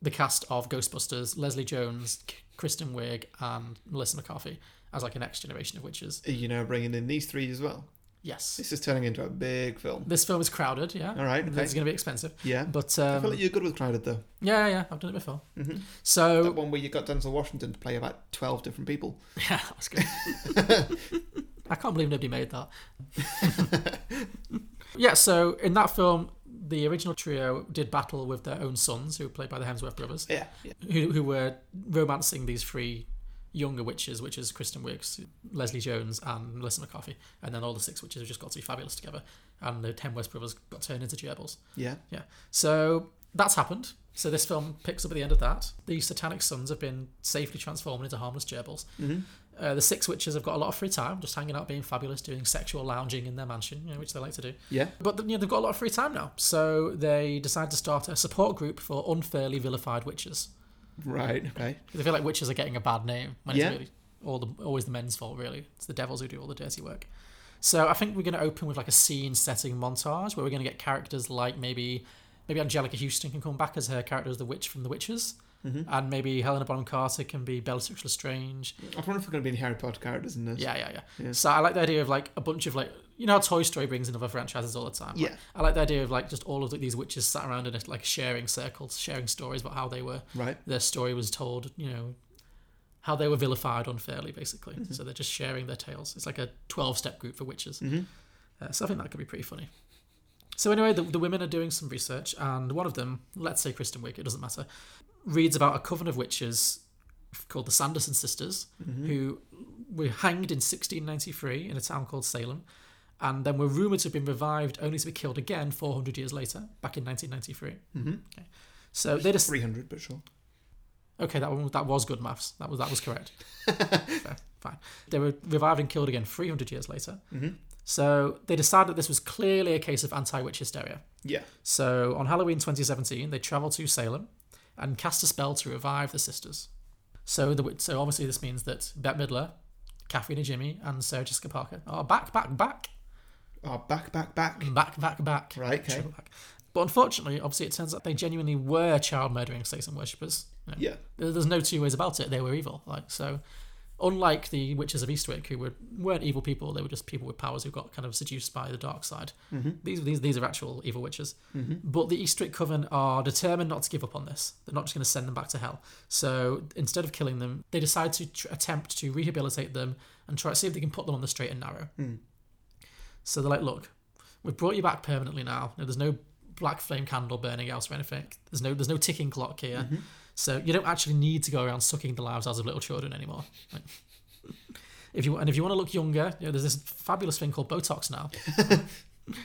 [SPEAKER 2] the cast of Ghostbusters, Leslie Jones, K- Kristen Wiig, and Melissa McCarthy as like a next generation of witches.
[SPEAKER 1] You know, bringing in these three as well.
[SPEAKER 2] Yes.
[SPEAKER 1] This is turning into a big film.
[SPEAKER 2] This film is crowded, yeah.
[SPEAKER 1] All right, okay.
[SPEAKER 2] It's going to be expensive.
[SPEAKER 1] Yeah.
[SPEAKER 2] But
[SPEAKER 1] I feel
[SPEAKER 2] um,
[SPEAKER 1] like you're good with crowded though.
[SPEAKER 2] Yeah, yeah, I've done it before.
[SPEAKER 1] Mm-hmm. That
[SPEAKER 2] So
[SPEAKER 1] one where you got Denzel Washington to play about twelve different people.
[SPEAKER 2] yeah, that's good. I can't believe nobody made that. yeah, so in that film, the original trio did battle with their own sons, who were played by the Hemsworth brothers,
[SPEAKER 1] Yeah. yeah.
[SPEAKER 2] who, who were romancing these three younger witches, which is Kristen Wiggs, Leslie Jones, and Melissa McCarthy, and then all the six witches have just got to be fabulous together, and the Hemsworth brothers got turned into gerbils.
[SPEAKER 1] Yeah.
[SPEAKER 2] Yeah. So that's happened. So this film picks up at the end of that. The satanic sons have been safely transformed into harmless gerbils. Uh, the six witches have got a lot of free time, just hanging out, being fabulous, doing sexual lounging in their mansion, you know, which they like to do.
[SPEAKER 1] Yeah.
[SPEAKER 2] But you know, they've got a lot of free time now, so they decide to start a support group for unfairly vilified witches.
[SPEAKER 1] Right. Okay.
[SPEAKER 2] Because I feel like witches are getting a bad name when
[SPEAKER 1] Yeah.
[SPEAKER 2] it's really all the always the men's fault. Really, it's the devils who do all the dirty work. So I think we're going to open with like a scene setting montage where we're going to get characters like maybe maybe Angelica Houston can come back as her character as the witch from The Witches, and maybe Helena Bonham Carter can be Bellatrix Lestrange.
[SPEAKER 1] I wonder if we're going to be in Harry Potter characters in this.
[SPEAKER 2] Yeah, yeah, yeah, So I like the idea of like a bunch of like you know how Toy Story brings in other franchises all the time. Like,
[SPEAKER 1] Yeah.
[SPEAKER 2] I like the idea of like just all of these witches sat around in a like sharing circles, sharing stories about how they were
[SPEAKER 1] Right.
[SPEAKER 2] their story was told, you know, how they were vilified unfairly, basically.
[SPEAKER 1] Mm-hmm.
[SPEAKER 2] So they're just sharing their tales. It's like a 12 step group for witches.
[SPEAKER 1] Mm-hmm.
[SPEAKER 2] Uh, so I think that could be pretty funny. So, anyway, the, the women are doing some research, and one of them, let's say Kristen Wiig, it doesn't matter, reads about a coven of witches called the Sanderson sisters, who were hanged in 1693 in a town called Salem, and then were rumored to have been revived only to be killed again 400 years later, back in 1993. Mm-hmm. Okay. So they just
[SPEAKER 1] Three hundred, but sure.
[SPEAKER 2] Okay, that one that was good maths. That was that was correct. Fair, fine. They were revived and killed again 300 years later. Mm-hmm. So they decided that this was clearly a case of anti-witch hysteria.
[SPEAKER 1] Yeah.
[SPEAKER 2] So on Halloween 2017, they travel to Salem and cast a spell to revive the sisters. So the wit- so obviously this means that Bette Midler, Kathleen and Jimmy, and Sarah Jessica Parker are back, back, back,
[SPEAKER 1] Oh, back, back, back.
[SPEAKER 2] back, back, back.
[SPEAKER 1] Right, okay.
[SPEAKER 2] Triple back. But unfortunately, obviously, it turns out they genuinely were child murdering Satan worshippers. you know.
[SPEAKER 1] Yeah.
[SPEAKER 2] There- There's no two ways about it. They were evil. Like so, unlike the witches of Eastwick, who were weren't evil people, they were just people with powers who got kind of seduced by the dark side. These these these are actual evil witches. But the Eastwick Coven are determined not to give up on this. They're not just going to send them back to hell. So instead of killing them, they decide to tr- attempt to rehabilitate them and try to see if they can put them on the straight and narrow. So they're like, look, we've brought you back permanently now. Now, there's no black flame candle burning out or anything. There's no there's no ticking clock here. So you don't actually need to go around sucking the lives out of little children anymore. Like, if you and if you want to look younger, you know, there's this fabulous thing called Botox now.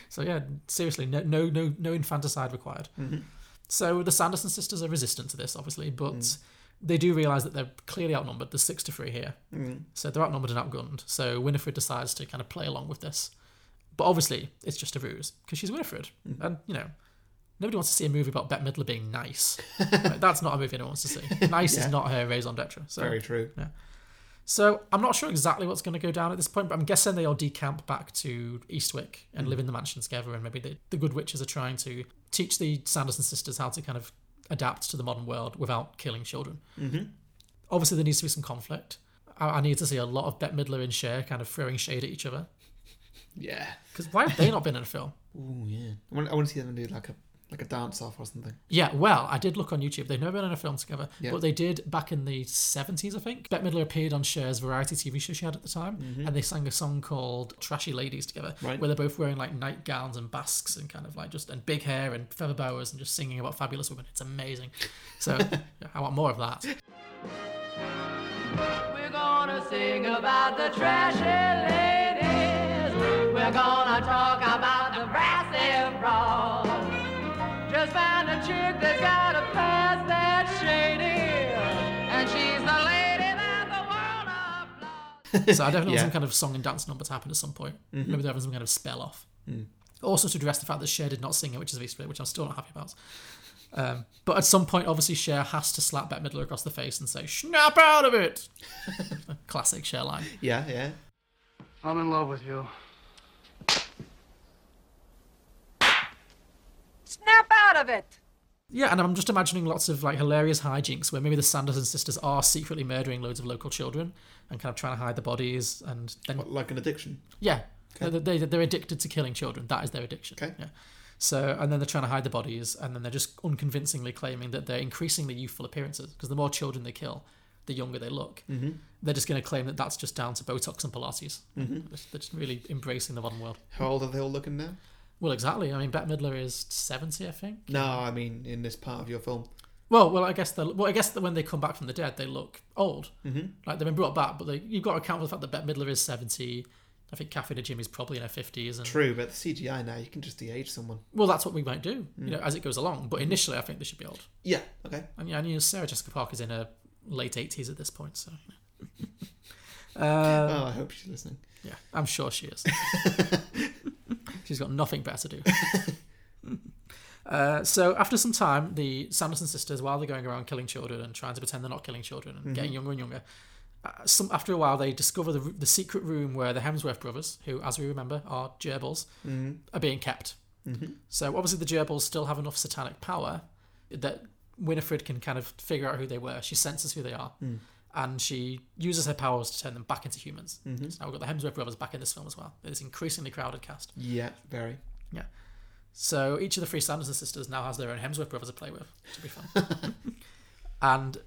[SPEAKER 2] so yeah, seriously, no no
[SPEAKER 1] Mm-hmm. Mm.
[SPEAKER 2] no no infanticide required. So the Sanderson sisters are resistant to this, obviously, but they do realize that they're clearly outnumbered. There's six to three here,
[SPEAKER 1] Mm.
[SPEAKER 2] so they're outnumbered and outgunned. So Winifred decides to kind of play along with this, but obviously it's just a ruse because she's Winifred,
[SPEAKER 1] Mm.
[SPEAKER 2] and you know. Nobody wants to see a movie about Bette Midler being nice. Like, that's not a movie anyone wants to see. Nice
[SPEAKER 1] Yeah.
[SPEAKER 2] is not her raison d'etre. So.
[SPEAKER 1] Very true.
[SPEAKER 2] So I'm not sure exactly what's going to go down at this point, but I'm guessing they all decamp back to Eastwick and live in the mansion together, and maybe the, the good witches are trying to teach the Sanderson sisters how to kind of adapt to the modern world without killing children. Mm-hmm. Obviously, there needs to be some conflict. I, I need to see a lot of Bette Midler and Cher kind of throwing shade at each other.
[SPEAKER 1] Yeah.
[SPEAKER 2] Because why have they not been in a film?
[SPEAKER 1] Oh yeah. I want, I want to see them do like a like a dance off or something.
[SPEAKER 2] Yeah, well, I did look on YouTube. They've never been in a film together,
[SPEAKER 1] Yeah.
[SPEAKER 2] but they did back in the 70s, I think. Bette Midler appeared on Cher's variety TV show she had at the time, and they sang a song called Trashy Ladies together,
[SPEAKER 1] Mm-hmm. Right.
[SPEAKER 2] where they're both wearing like nightgowns and basques and kind of like just, and big hair and feather boas and just singing about fabulous women. It's amazing. So yeah, I want more of that.
[SPEAKER 3] We're gonna sing about the trashy ladies. We're gonna talk about the brassy brawls. Just found a chick that got a past that shady, and she's the lady that the world applauds.
[SPEAKER 2] So I definitely want
[SPEAKER 1] Yeah.
[SPEAKER 2] some kind of song and dance number to happen at some point. Maybe they're having some kind of spell off. Also to address the fact that Cher did not sing it, which is Easter which I'm still not happy about. Um, but at some point, obviously, Cher has to slap Bette Midler across the face and say, snap out of it! A Classic Cher line.
[SPEAKER 1] Yeah, yeah.
[SPEAKER 9] I'm in love with you.
[SPEAKER 10] Snap out of it!
[SPEAKER 2] Yeah, and I'm just imagining lots of like hilarious hijinks where maybe the Sanderson sisters are secretly murdering loads of local children and kind of trying to hide the bodies and then
[SPEAKER 1] What, like an addiction.
[SPEAKER 2] Yeah. They, they, they're addicted to killing children. That is their addiction.
[SPEAKER 1] Okay.
[SPEAKER 2] Yeah. So, and then they're trying to hide the bodies, and then they're just unconvincingly claiming that they're increasing the youthful appearances because the more children they kill, the younger they look. Mm-hmm. They're just going to claim that that's just down to Botox and Pilates. They're just- they're just really embracing the modern world.
[SPEAKER 1] How old are they all looking now?
[SPEAKER 2] Well, exactly. I mean, Bette Midler is 70, I think.
[SPEAKER 1] No, I mean in this part of your film.
[SPEAKER 2] Well, well, I guess they well, I guess that when they come back from the dead, they look old. Mm-hmm. Like they've been brought back, but they, you've got to account for the fact that Bette Midler is 70. I think Kathy and Jimmy's probably in her 50s. And
[SPEAKER 1] True, but the CGI now you can just de-age someone.
[SPEAKER 2] Well, that's what we might do, you know, as it goes along. But initially, I think they should be old.
[SPEAKER 1] Yeah. Okay.
[SPEAKER 2] And yeah, I knew Sarah Jessica Parker's in her late eighties at this point, so
[SPEAKER 1] oh, I hope she's listening.
[SPEAKER 2] yeah, I'm sure she is. She's got nothing better to do. Uh, so after some time, the Sanderson sisters, while they're going around killing children and trying to pretend they're not killing children and getting younger and younger, uh, some after a while they discover the, the secret room where the Hemsworth brothers, who as we remember are gerbils, are being kept. So obviously the gerbils still have enough satanic power that Winifred can kind of figure out who they were. She senses who they are. And she uses her powers to turn them back into humans. So now we've got the Hemsworth brothers back in this film as well. It's increasingly crowded cast.
[SPEAKER 1] Yeah, very.
[SPEAKER 2] Yeah. So each of the three Sanderson sisters now has their own Hemsworth brother to play with, which would be fun. and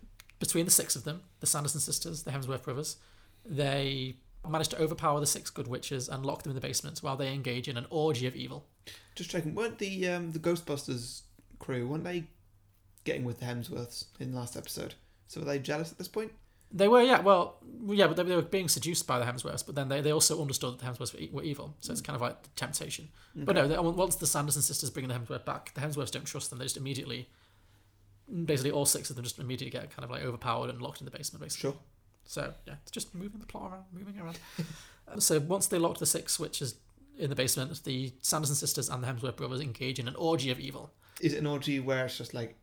[SPEAKER 2] between the six of them, the Sanderson sisters, the Hemsworth brothers, they manage to overpower the six good witches and lock them in the basement while they engage in an orgy of evil.
[SPEAKER 1] Just checking. Weren't the um, the Ghostbusters crew weren't they getting with the Hemsworths in the last episode? So were they jealous at this point?
[SPEAKER 2] They were, yeah, well, yeah, but they, they were being seduced by the Hemsworths, but then they, they also understood that the Hemsworths were, e- were evil, so it's kind of like the temptation. But no, they, once the Sanderson sisters bring the Hemsworth back, the Hemsworths don't trust them, they just immediately, basically all six of them just immediately get kind of like overpowered and locked in the basement, basically.
[SPEAKER 1] Sure.
[SPEAKER 2] So yeah, it's just moving the plot around, moving it around. Uh, so once they locked the six switches in the basement, the Sanderson sisters and the Hemsworth brothers engage in an orgy of evil.
[SPEAKER 1] Is it an orgy where it's just like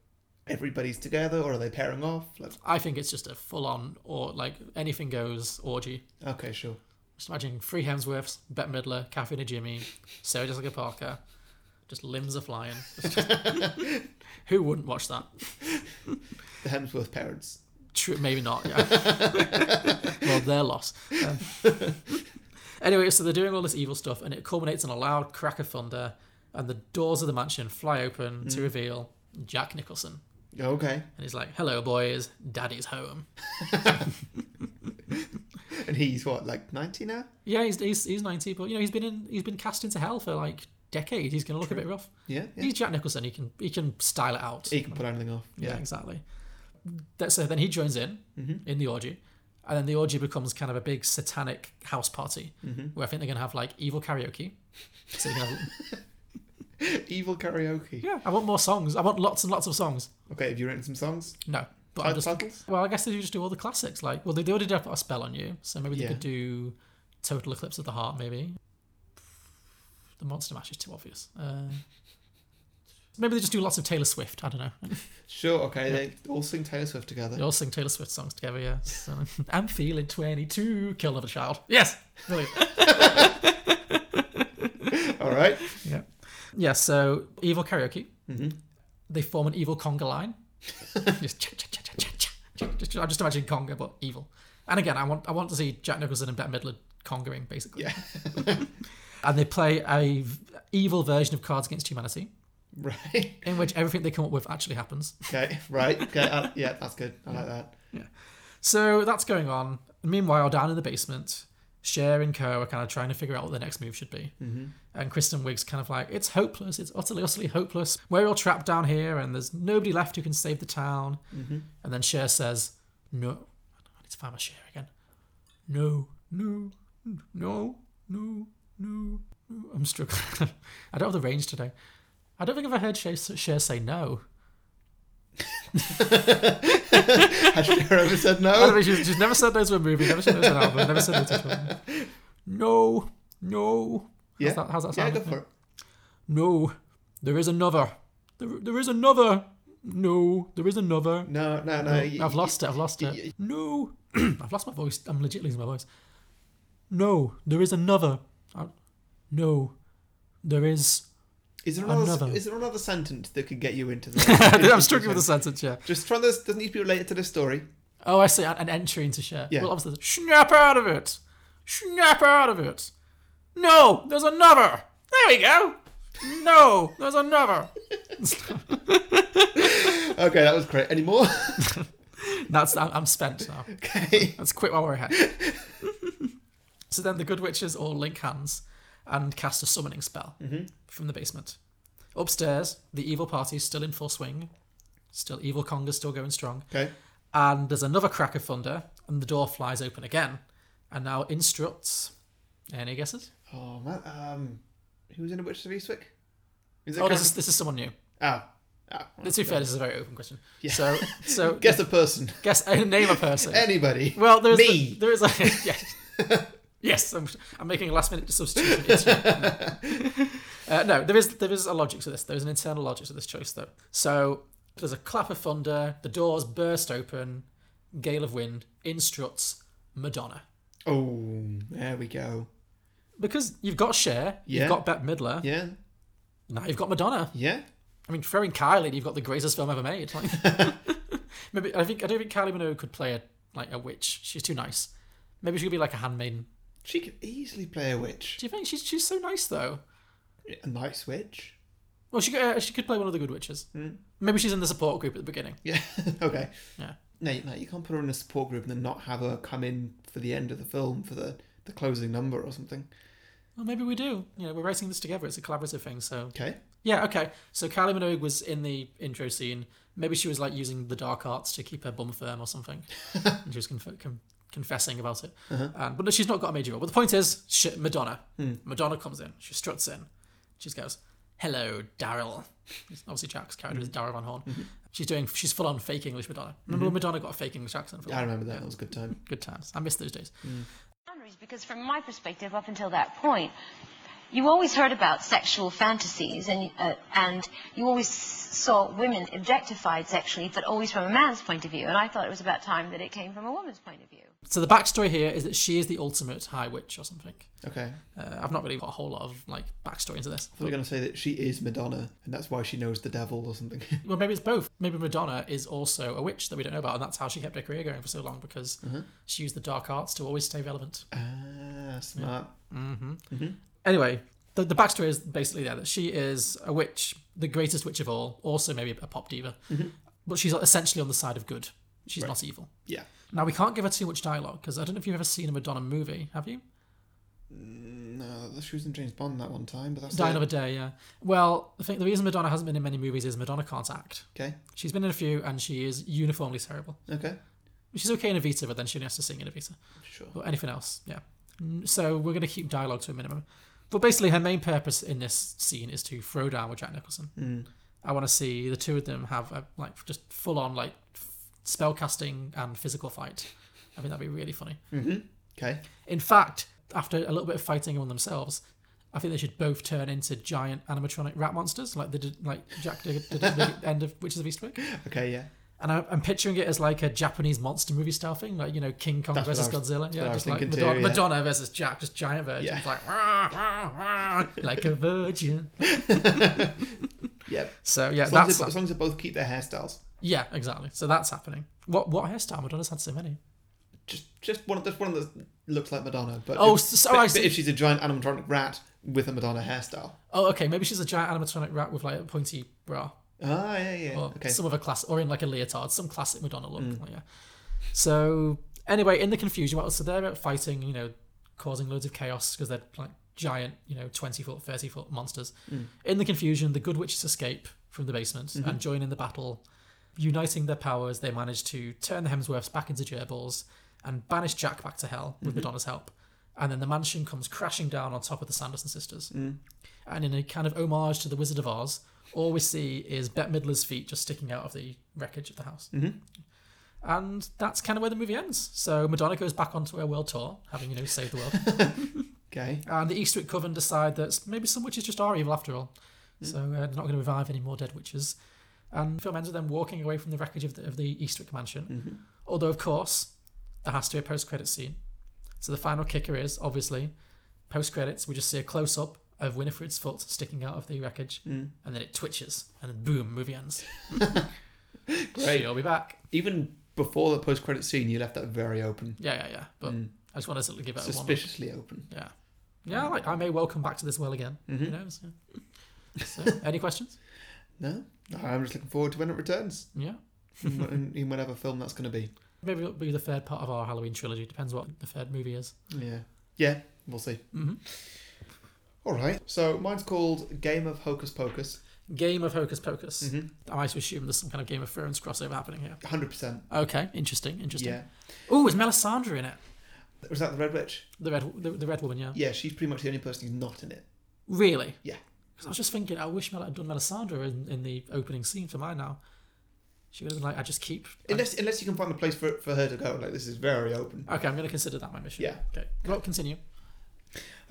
[SPEAKER 1] everybody's together, or are they pairing off? Like,
[SPEAKER 2] I think it's just a full-on or like anything goes orgy.
[SPEAKER 1] okay, sure.
[SPEAKER 2] Just imagine three Hemsworths, Bette Midler, Kathy and Jimmy, Sarah Jessica Parker, just limbs are flying. Who wouldn't watch that?
[SPEAKER 1] The Hemsworth parents.
[SPEAKER 2] True, maybe not. Yeah. well, their loss. Um, anyway, so they're doing all this evil stuff, and it culminates in a loud crack of thunder, and the doors of the mansion fly open to reveal Jack Nicholson,
[SPEAKER 1] Okay.
[SPEAKER 2] and he's like, "Hello, boys, Daddy's home."
[SPEAKER 1] And he's what, like ninety now?
[SPEAKER 2] Yeah, he's he's, he's ninety, but you know he's been in he's been cast into hell for like decades. He's gonna look a bit rough.
[SPEAKER 1] Yeah. yeah.
[SPEAKER 2] He's Jack Nicholson. He can he can style it out.
[SPEAKER 1] He can put anything off.
[SPEAKER 2] Yeah,
[SPEAKER 1] Yeah. Mm-hmm.
[SPEAKER 2] exactly. That, so then he joins in in the orgy, and then the orgy becomes kind of a big satanic house party
[SPEAKER 1] Mm-hmm.
[SPEAKER 2] where I think they're gonna have like evil karaoke. So you can have,
[SPEAKER 1] Evil karaoke.
[SPEAKER 2] yeah, I want more songs. I want lots and lots of songs.
[SPEAKER 1] Okay, have you written some songs?
[SPEAKER 2] No, But I'm
[SPEAKER 1] Type
[SPEAKER 2] just-
[SPEAKER 1] titles?
[SPEAKER 2] well, I guess they just do all the classics. Like, well, they, they already did a spell on you, so maybe they
[SPEAKER 1] Yeah.
[SPEAKER 2] could do Total Eclipse of the Heart. Maybe the Monster Mash is too obvious. Uh, maybe they just do lots of Taylor Swift. I don't know.
[SPEAKER 1] Sure, okay, they all sing Taylor Swift together.
[SPEAKER 2] They all sing Taylor Swift songs together. Yeah, so, I'm feeling 22. Kill another child. Yes, brilliant.
[SPEAKER 1] All right.
[SPEAKER 2] yeah, yeah. So evil karaoke. They form an evil conga line. just cha cha cha cha cha cha. Just- I just imagine conga, but evil. And again, I want I want to see Jack Nicholson and Bette Midler congaing basically.
[SPEAKER 1] Yeah.
[SPEAKER 2] And they play a v- evil version of Cards Against Humanity,
[SPEAKER 1] Right.
[SPEAKER 2] in which everything they come up with actually happens.
[SPEAKER 1] Okay. Right. Okay. Uh, yeah, that's good. I like that.
[SPEAKER 2] So that's going on. Meanwhile, down in the basement, Cher and Co are kind of trying to figure out what the next move should be. Mm-hmm. And Kristen Wiig's kind of like, it's hopeless. It's utterly, utterly hopeless. We're all trapped down here, and there's nobody left who can save the town. Mm-hmm. And then Cher says, "No, I need to find my Cher again. No, no, no, no, no, no. I'm struggling. I don't have the range today. I don't think I've ever heard Cher, Cher say no.
[SPEAKER 1] Has Cher ever said
[SPEAKER 2] By the
[SPEAKER 1] no?
[SPEAKER 2] way, she's, she's never said no to a movie, never said no to an album, never said no to a film. No, no.
[SPEAKER 1] Yeah.
[SPEAKER 2] that- how's that
[SPEAKER 1] yeah,
[SPEAKER 2] sound?
[SPEAKER 1] go for it.
[SPEAKER 2] No, there is another. There, there is another. No, there is another.
[SPEAKER 1] No, no, no. y-
[SPEAKER 2] I've lost it, I've lost
[SPEAKER 1] y-
[SPEAKER 2] it. No, I've lost my voice. I'm legit losing my voice. No, there is another. I- No, there is.
[SPEAKER 1] Is there another,
[SPEAKER 2] Another.
[SPEAKER 1] Is there another sentence that could get you into the?
[SPEAKER 2] I'm struggling with the sentence, yeah.
[SPEAKER 1] Just try this. Doesn't need to be related to this story.
[SPEAKER 2] Oh, I see. An an entry into share.
[SPEAKER 1] Yeah.
[SPEAKER 2] Well, obviously, snap out of it. Snap out of it. No, there's another. There we go. No, there's another.
[SPEAKER 1] Okay, that was great. Any more?
[SPEAKER 2] That's I'm I'm spent now.
[SPEAKER 1] okay.
[SPEAKER 2] Let's quit while we're ahead. so then the good witches all link hands and cast a summoning spell from the basement. Upstairs, the evil party's still in full swing. Still evil conga's still going strong.
[SPEAKER 1] Okay.
[SPEAKER 2] And there's another crack of thunder, and the door flies open again. And now in struts. Any guesses?
[SPEAKER 1] Oh man. Um, who was in a Witches of Eastwick? Is it
[SPEAKER 2] Oh,
[SPEAKER 1] Karen-
[SPEAKER 2] this is this is someone new.
[SPEAKER 1] Oh. Oh.
[SPEAKER 2] To be fair, this is a very open question. So, so
[SPEAKER 1] Guess a person.
[SPEAKER 2] guess uh, name a person.
[SPEAKER 1] Anybody.
[SPEAKER 2] well, there's
[SPEAKER 1] me.
[SPEAKER 2] there is a yes. Yes, I'm, I'm making a last minute substitution. It's- uh, no, there is there is a logic to this. There is an internal logic to this choice, though. So there's a clap of thunder. The doors burst open. Gale of wind. In struts Madonna.
[SPEAKER 1] Oh, there we go.
[SPEAKER 2] Because you've got Cher,
[SPEAKER 1] Yeah.
[SPEAKER 2] you've got Bette Midler,
[SPEAKER 1] Yeah.
[SPEAKER 2] now you've got Madonna.
[SPEAKER 1] Yeah.
[SPEAKER 2] I mean, throwing Kylie, you've got the greatest film ever made. Like, maybe I think I don't think Kylie Minogue could play a like a witch. She's too nice. Maybe she could be like a handmaiden.
[SPEAKER 1] She could easily play a witch.
[SPEAKER 2] Do you think she's she's so nice though?
[SPEAKER 1] A nice witch.
[SPEAKER 2] Well, she could, uh, she could play one of the good witches. Maybe she's in the support group at the beginning.
[SPEAKER 1] Yeah. okay.
[SPEAKER 2] Yeah.
[SPEAKER 1] No, you- no, you can't put her in a support group and then not have her come in for the end of the film for the, the closing number or something.
[SPEAKER 2] Well, maybe we do. You know, we're writing this together. It's a collaborative thing. So
[SPEAKER 1] Okay.
[SPEAKER 2] yeah, okay. So Kylie Minogue was in the intro scene. Maybe she was like using the dark arts to keep her bum firm or something. and she was conf- com- confessing about it.
[SPEAKER 1] Uh-huh.
[SPEAKER 2] And, but no, she's not got a major role. But the point is, sh- Madonna.
[SPEAKER 1] Hmm.
[SPEAKER 2] Madonna comes in. She struts in. She goes, "Hello, Daryl." It's Obviously, Jack's character
[SPEAKER 1] Hmm.
[SPEAKER 2] is Daryl Van Horn.
[SPEAKER 1] Mm-hmm.
[SPEAKER 2] She's doing. She's full on fake English Madonna. Remember when Madonna got a fake English accent? For a
[SPEAKER 1] I
[SPEAKER 2] while?
[SPEAKER 1] remember that. That was a good time. Hmm.
[SPEAKER 2] Good times. I miss those days.
[SPEAKER 11] boundaries because from my perspective up until that point you always heard about sexual fantasies and uh, and you always saw women objectified sexually but always from a man's point of view and I thought it was about time that it came from a woman's point of view
[SPEAKER 2] So the backstory here is that she is the ultimate high witch or something.
[SPEAKER 1] Okay.
[SPEAKER 2] Uh, I've not really got a whole lot of like backstory into this.
[SPEAKER 1] I thought you were going to say that she is Madonna and that's why she knows the devil or something.
[SPEAKER 2] Well, maybe it's both. Maybe Madonna is also a witch that we don't know about, and that's how she kept her career going for so long because she used the dark arts to always stay relevant.
[SPEAKER 1] ah, smart.
[SPEAKER 2] Anyway, the, the backstory is basically there that she is a witch, the greatest witch of all, also maybe a pop diva, but she's essentially on the side of good. She's not evil.
[SPEAKER 1] Yeah.
[SPEAKER 2] Now we can't give her too much dialogue because I don't know if you've ever seen a Madonna movie. Have you?
[SPEAKER 1] No, she was in James Bond that one time, but that's
[SPEAKER 2] Die
[SPEAKER 1] it.
[SPEAKER 2] Another Day. Yeah. Well, I think the reason Madonna hasn't been in many movies is Madonna can't act.
[SPEAKER 1] Okay.
[SPEAKER 2] She's been in a few, and she is uniformly terrible.
[SPEAKER 1] Okay.
[SPEAKER 2] She's okay in Evita, but then she only has to sing in Evita.
[SPEAKER 1] Sure.
[SPEAKER 2] Or anything else, yeah. N- So we're going to keep dialogue to a minimum. But basically, her main purpose in this scene is to throw down with Jack Nicholson. I want to see the two of them have a, like just full on like f- spellcasting and physical fight. I think that'd be really funny.
[SPEAKER 1] Mm-hmm. Okay.
[SPEAKER 2] In fact, after a little bit of fighting among themselves, I think they should both turn into giant animatronic rat monsters, like they did, like Jack did, did at the end of Witches of Eastwick.
[SPEAKER 1] Okay. Yeah.
[SPEAKER 2] And I, I'm picturing it as like a Japanese monster movie style thing, like you know King Kong
[SPEAKER 1] That's what
[SPEAKER 2] versus
[SPEAKER 1] I was-
[SPEAKER 2] Godzilla.
[SPEAKER 1] that's what
[SPEAKER 2] Yeah,
[SPEAKER 1] I
[SPEAKER 2] just
[SPEAKER 1] was
[SPEAKER 2] like
[SPEAKER 1] thinking
[SPEAKER 2] Madonna,
[SPEAKER 1] too, yeah.
[SPEAKER 2] Madonna versus Jack, just giant versions,
[SPEAKER 1] Yeah.
[SPEAKER 2] like "Rah, rah, rah," like a virgin.
[SPEAKER 1] Yep.
[SPEAKER 2] So yeah,
[SPEAKER 1] as long as,
[SPEAKER 2] that's
[SPEAKER 1] they, as long as they both keep their hairstyles.
[SPEAKER 2] yeah, exactly. So that's happening. What what hairstyle? Madonna's had so many.
[SPEAKER 1] Just just one. That's one that looks like Madonna. But
[SPEAKER 2] Oh,
[SPEAKER 1] if,
[SPEAKER 2] so
[SPEAKER 1] but,
[SPEAKER 2] I
[SPEAKER 1] but
[SPEAKER 2] see.
[SPEAKER 1] if she's a giant animatronic rat with a Madonna hairstyle.
[SPEAKER 2] Oh, okay. Maybe she's a giant animatronic rat with like a pointy bra.
[SPEAKER 1] Ah, yeah, yeah.
[SPEAKER 2] Or
[SPEAKER 1] okay. Mm.
[SPEAKER 2] some other class, or in like a leotard, some classic Madonna look. like, yeah. So anyway, in the confusion, well, so they're out fighting, you know, causing loads of chaos because they're like giant, you know, twenty foot, thirty foot monsters.
[SPEAKER 3] Mm.
[SPEAKER 2] In the confusion, the good witches escape from the basement
[SPEAKER 1] Mm-hmm.
[SPEAKER 3] Mhm.
[SPEAKER 2] and join in the battle. Uniting their powers, they manage to turn the Hemsworths back into gerbils and banish Jack back to hell with
[SPEAKER 1] Mhm.
[SPEAKER 2] Madonna's help. And then the mansion comes crashing down on top of the Sanderson sisters.
[SPEAKER 1] Mm.
[SPEAKER 2] And in a kind of homage to The Wizard of Oz, all we see is Bette Midler's feet just sticking out of the wreckage of the house.
[SPEAKER 1] Mhm.
[SPEAKER 2] And that's kind of where the movie ends. So Madonna goes back onto her world tour, having, you know, saved the world.
[SPEAKER 1] Okay.
[SPEAKER 2] and the Eastwick Coven decide that maybe some witches just are evil after all.
[SPEAKER 1] Mm.
[SPEAKER 2] So uh, they're not going to revive any more dead witches. And the film ends with them walking away from the wreckage of the, of the Eastwick mansion.
[SPEAKER 1] Mm-hmm.
[SPEAKER 2] Although, of course, there has to be a post credit scene. So the final kicker is obviously post credits, we just see a close up of Winifred's foot sticking out of the wreckage,
[SPEAKER 1] Mm.
[SPEAKER 2] and then it twitches, and then boom, movie ends.
[SPEAKER 1] Great.
[SPEAKER 2] She'll be back.
[SPEAKER 1] Even before the post credit scene, you left that very open.
[SPEAKER 2] Yeah, yeah, yeah. But
[SPEAKER 1] Mm.
[SPEAKER 2] I just wanted to give it a one.
[SPEAKER 1] Suspiciously open.
[SPEAKER 2] Yeah. Yeah, like, I may well come back to this well again. Who
[SPEAKER 1] Mhm.
[SPEAKER 2] knows? yeah. So, any questions?
[SPEAKER 1] No, I'm just looking forward to when it returns.
[SPEAKER 2] Yeah.
[SPEAKER 1] in, wh- in whatever film that's going to be.
[SPEAKER 2] Maybe it'll be the third part of our Halloween trilogy. Depends what the third movie is.
[SPEAKER 1] Yeah. Yeah, we'll see.
[SPEAKER 2] Mhm.
[SPEAKER 1] All right. So mine's called Game of Hocus Pocus.
[SPEAKER 2] Game of Hocus Pocus.
[SPEAKER 1] Mhm.
[SPEAKER 2] I might assume there's some kind of Game of Thrones crossover happening here.
[SPEAKER 1] 100%.
[SPEAKER 2] Okay, interesting, interesting.
[SPEAKER 1] Yeah.
[SPEAKER 2] Oh, is Melisandre in it?
[SPEAKER 1] Was that the Red Witch?
[SPEAKER 2] The red, the, the red woman, yeah.
[SPEAKER 1] Yeah, she's pretty much the only person who's not in it.
[SPEAKER 2] Really?
[SPEAKER 1] Yeah.
[SPEAKER 2] Because I was just thinking, I wish Mel had done Melisandre in, in the opening scene for mine. Now, she would have been like, I just keep.
[SPEAKER 1] Unless unless you can find a place for, for her to go. Like, this is very open.
[SPEAKER 2] Okay, I'm going to consider that my mission.
[SPEAKER 1] Yeah.
[SPEAKER 2] Okay. Well, continue.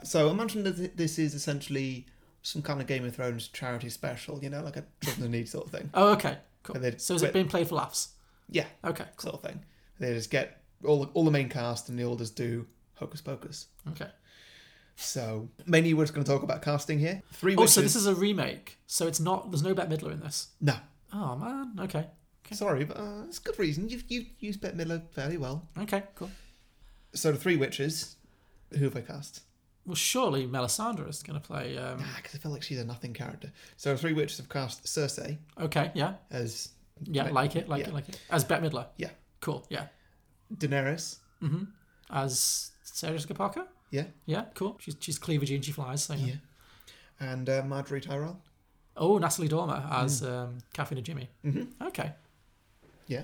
[SPEAKER 1] So imagine that th- this is essentially some kind of Game of Thrones charity special, you know, like a children's need sort of thing.
[SPEAKER 2] Oh, okay. Cool.
[SPEAKER 1] But they'd-
[SPEAKER 2] So is
[SPEAKER 1] but-
[SPEAKER 2] it being played for laughs?
[SPEAKER 1] Yeah,
[SPEAKER 2] Okay.
[SPEAKER 1] sort of thing. They just get all, all the main cast and they all just do Hocus Pocus.
[SPEAKER 2] Okay.
[SPEAKER 1] So mainly we're just going to talk about casting here. Three
[SPEAKER 2] Oh,
[SPEAKER 1] witches.
[SPEAKER 2] so this is a remake. So it's not. There's no Bette Midler in this.
[SPEAKER 1] no.
[SPEAKER 2] Oh man. Okay.
[SPEAKER 1] Sorry, but uh, it's good reason. You've you used Bette Miller fairly well.
[SPEAKER 2] Okay. Cool.
[SPEAKER 1] So the three witches. Who have I cast?
[SPEAKER 2] Well, surely Melisandre is going to play. Um,
[SPEAKER 1] Ah, because I feel like she's a nothing character. So the three witches have cast Cersei
[SPEAKER 2] okay. Yeah.
[SPEAKER 1] as
[SPEAKER 2] Yeah. Like it. Like
[SPEAKER 1] yeah.
[SPEAKER 2] it. Like it. As Bette Midler.
[SPEAKER 1] yeah,
[SPEAKER 2] Cool. Yeah.
[SPEAKER 1] Daenerys.
[SPEAKER 2] Mm-hmm. As Sarah Jessica Parker.
[SPEAKER 1] Yeah,
[SPEAKER 2] Yeah. Cool. She's she's cleavagey and she flies. So yeah.
[SPEAKER 1] yeah, and uh, Marjorie Tyrell.
[SPEAKER 2] Oh, Natalie Dormer as um, Kathleen and Jimmy.
[SPEAKER 1] Mhm.
[SPEAKER 2] Okay.
[SPEAKER 1] Yeah.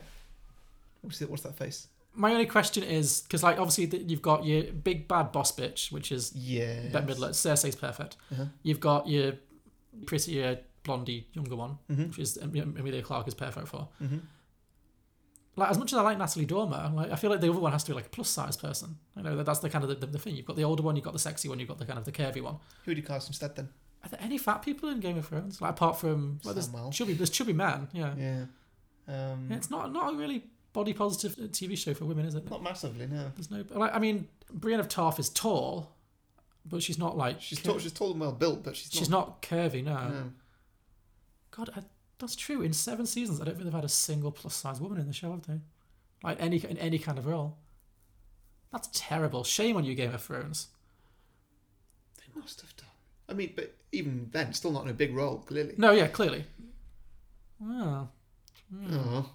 [SPEAKER 1] What's that, what's that face?
[SPEAKER 2] My only question is because, like, obviously, that you've got your big bad boss bitch, which is
[SPEAKER 1] Yeah.
[SPEAKER 2] Bette Midler. Cersei's perfect.
[SPEAKER 1] Uh-huh.
[SPEAKER 2] You've got your prettier, blondie, younger one,
[SPEAKER 1] Mhm.
[SPEAKER 2] which is Em- Em- Emilia Clarke is perfect for.
[SPEAKER 1] Mhm.
[SPEAKER 2] Like as much as I like Natalie Dormer, like I feel like the other one has to be like a plus size person. I know that that's the kind of the, the, the thing. You've got the older one, you've got the sexy one, you've got the kind of the curvy one.
[SPEAKER 1] Who would you cast instead then?
[SPEAKER 2] Are there any fat people in Game of Thrones? Like apart from well, there's
[SPEAKER 1] Samwell.
[SPEAKER 2] chubby, there's chubby man. Yeah.
[SPEAKER 1] Yeah. Um,
[SPEAKER 2] Yeah, it's not not a really body positive TV show for women, is it?
[SPEAKER 1] Not massively, no.
[SPEAKER 2] There's no. Like, I mean, Brienne of Tarth is tall, but she's not like
[SPEAKER 1] She's
[SPEAKER 2] cur-
[SPEAKER 1] tall, she's tall and well built, but she's not.
[SPEAKER 2] She's not curvy, no.
[SPEAKER 1] No.
[SPEAKER 2] God, I, that's true. In seven seasons, I don't think they've had a single plus size woman in the show, have they? Like any in any kind of role. That's terrible. Shame on you, Game of Thrones.
[SPEAKER 1] They must have done. I mean, but even then, still not in a big role, clearly.
[SPEAKER 2] No, yeah, clearly. Well,
[SPEAKER 1] Oh,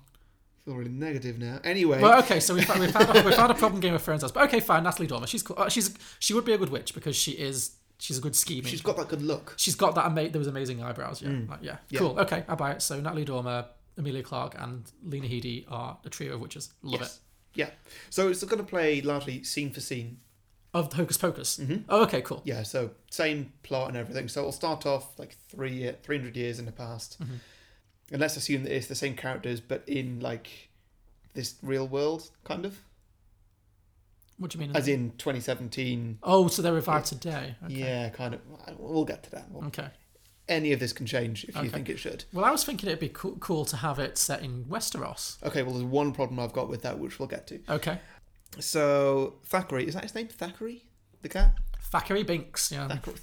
[SPEAKER 1] feel really negative now. Anyway,
[SPEAKER 2] Well, okay, so we found, we, found a, we found a problem Game of Thrones has. But okay, fine. Natalie Dormer, she's cool. Uh, she's she would be a good witch because she is she's a good scheming.
[SPEAKER 1] she's got that good look.
[SPEAKER 2] she's got that ama- those amazing eyebrows. Yeah,
[SPEAKER 1] Mm.
[SPEAKER 2] Like, yeah.
[SPEAKER 1] Yeah.
[SPEAKER 2] cool. Okay, I buy it. So Natalie Dormer, Amelia Clark, and Lena Headey are a trio of witches. Love it.
[SPEAKER 1] Yeah. So it's going to play largely scene for scene.
[SPEAKER 2] Of Hocus Pocus. Oh, okay, cool.
[SPEAKER 1] Mm-hmm. Yeah. So same plot and everything. So it'll start off like three three
[SPEAKER 2] Mm-hmm.
[SPEAKER 1] hundred years in the past, and let's assume that it's the same characters, but in like this real world, kind of.
[SPEAKER 2] Mm-hmm. What do you mean?
[SPEAKER 1] As in 2017.
[SPEAKER 2] Oh, so they're revived today. Okay.
[SPEAKER 1] Yeah, kind of. We'll get to that. We'll-
[SPEAKER 2] Okay.
[SPEAKER 1] Any of this can change if
[SPEAKER 2] Okay.
[SPEAKER 1] you think it should.
[SPEAKER 2] Well, I was thinking it'd be cool, cool to have it set in Westeros.
[SPEAKER 1] Okay, well, there's one problem I've got with that, which we'll get to.
[SPEAKER 2] Okay.
[SPEAKER 1] So, Thackeray, is that his name? Thackeray? The cat?
[SPEAKER 2] Thackeray Binks. Yeah.
[SPEAKER 1] Thackeray,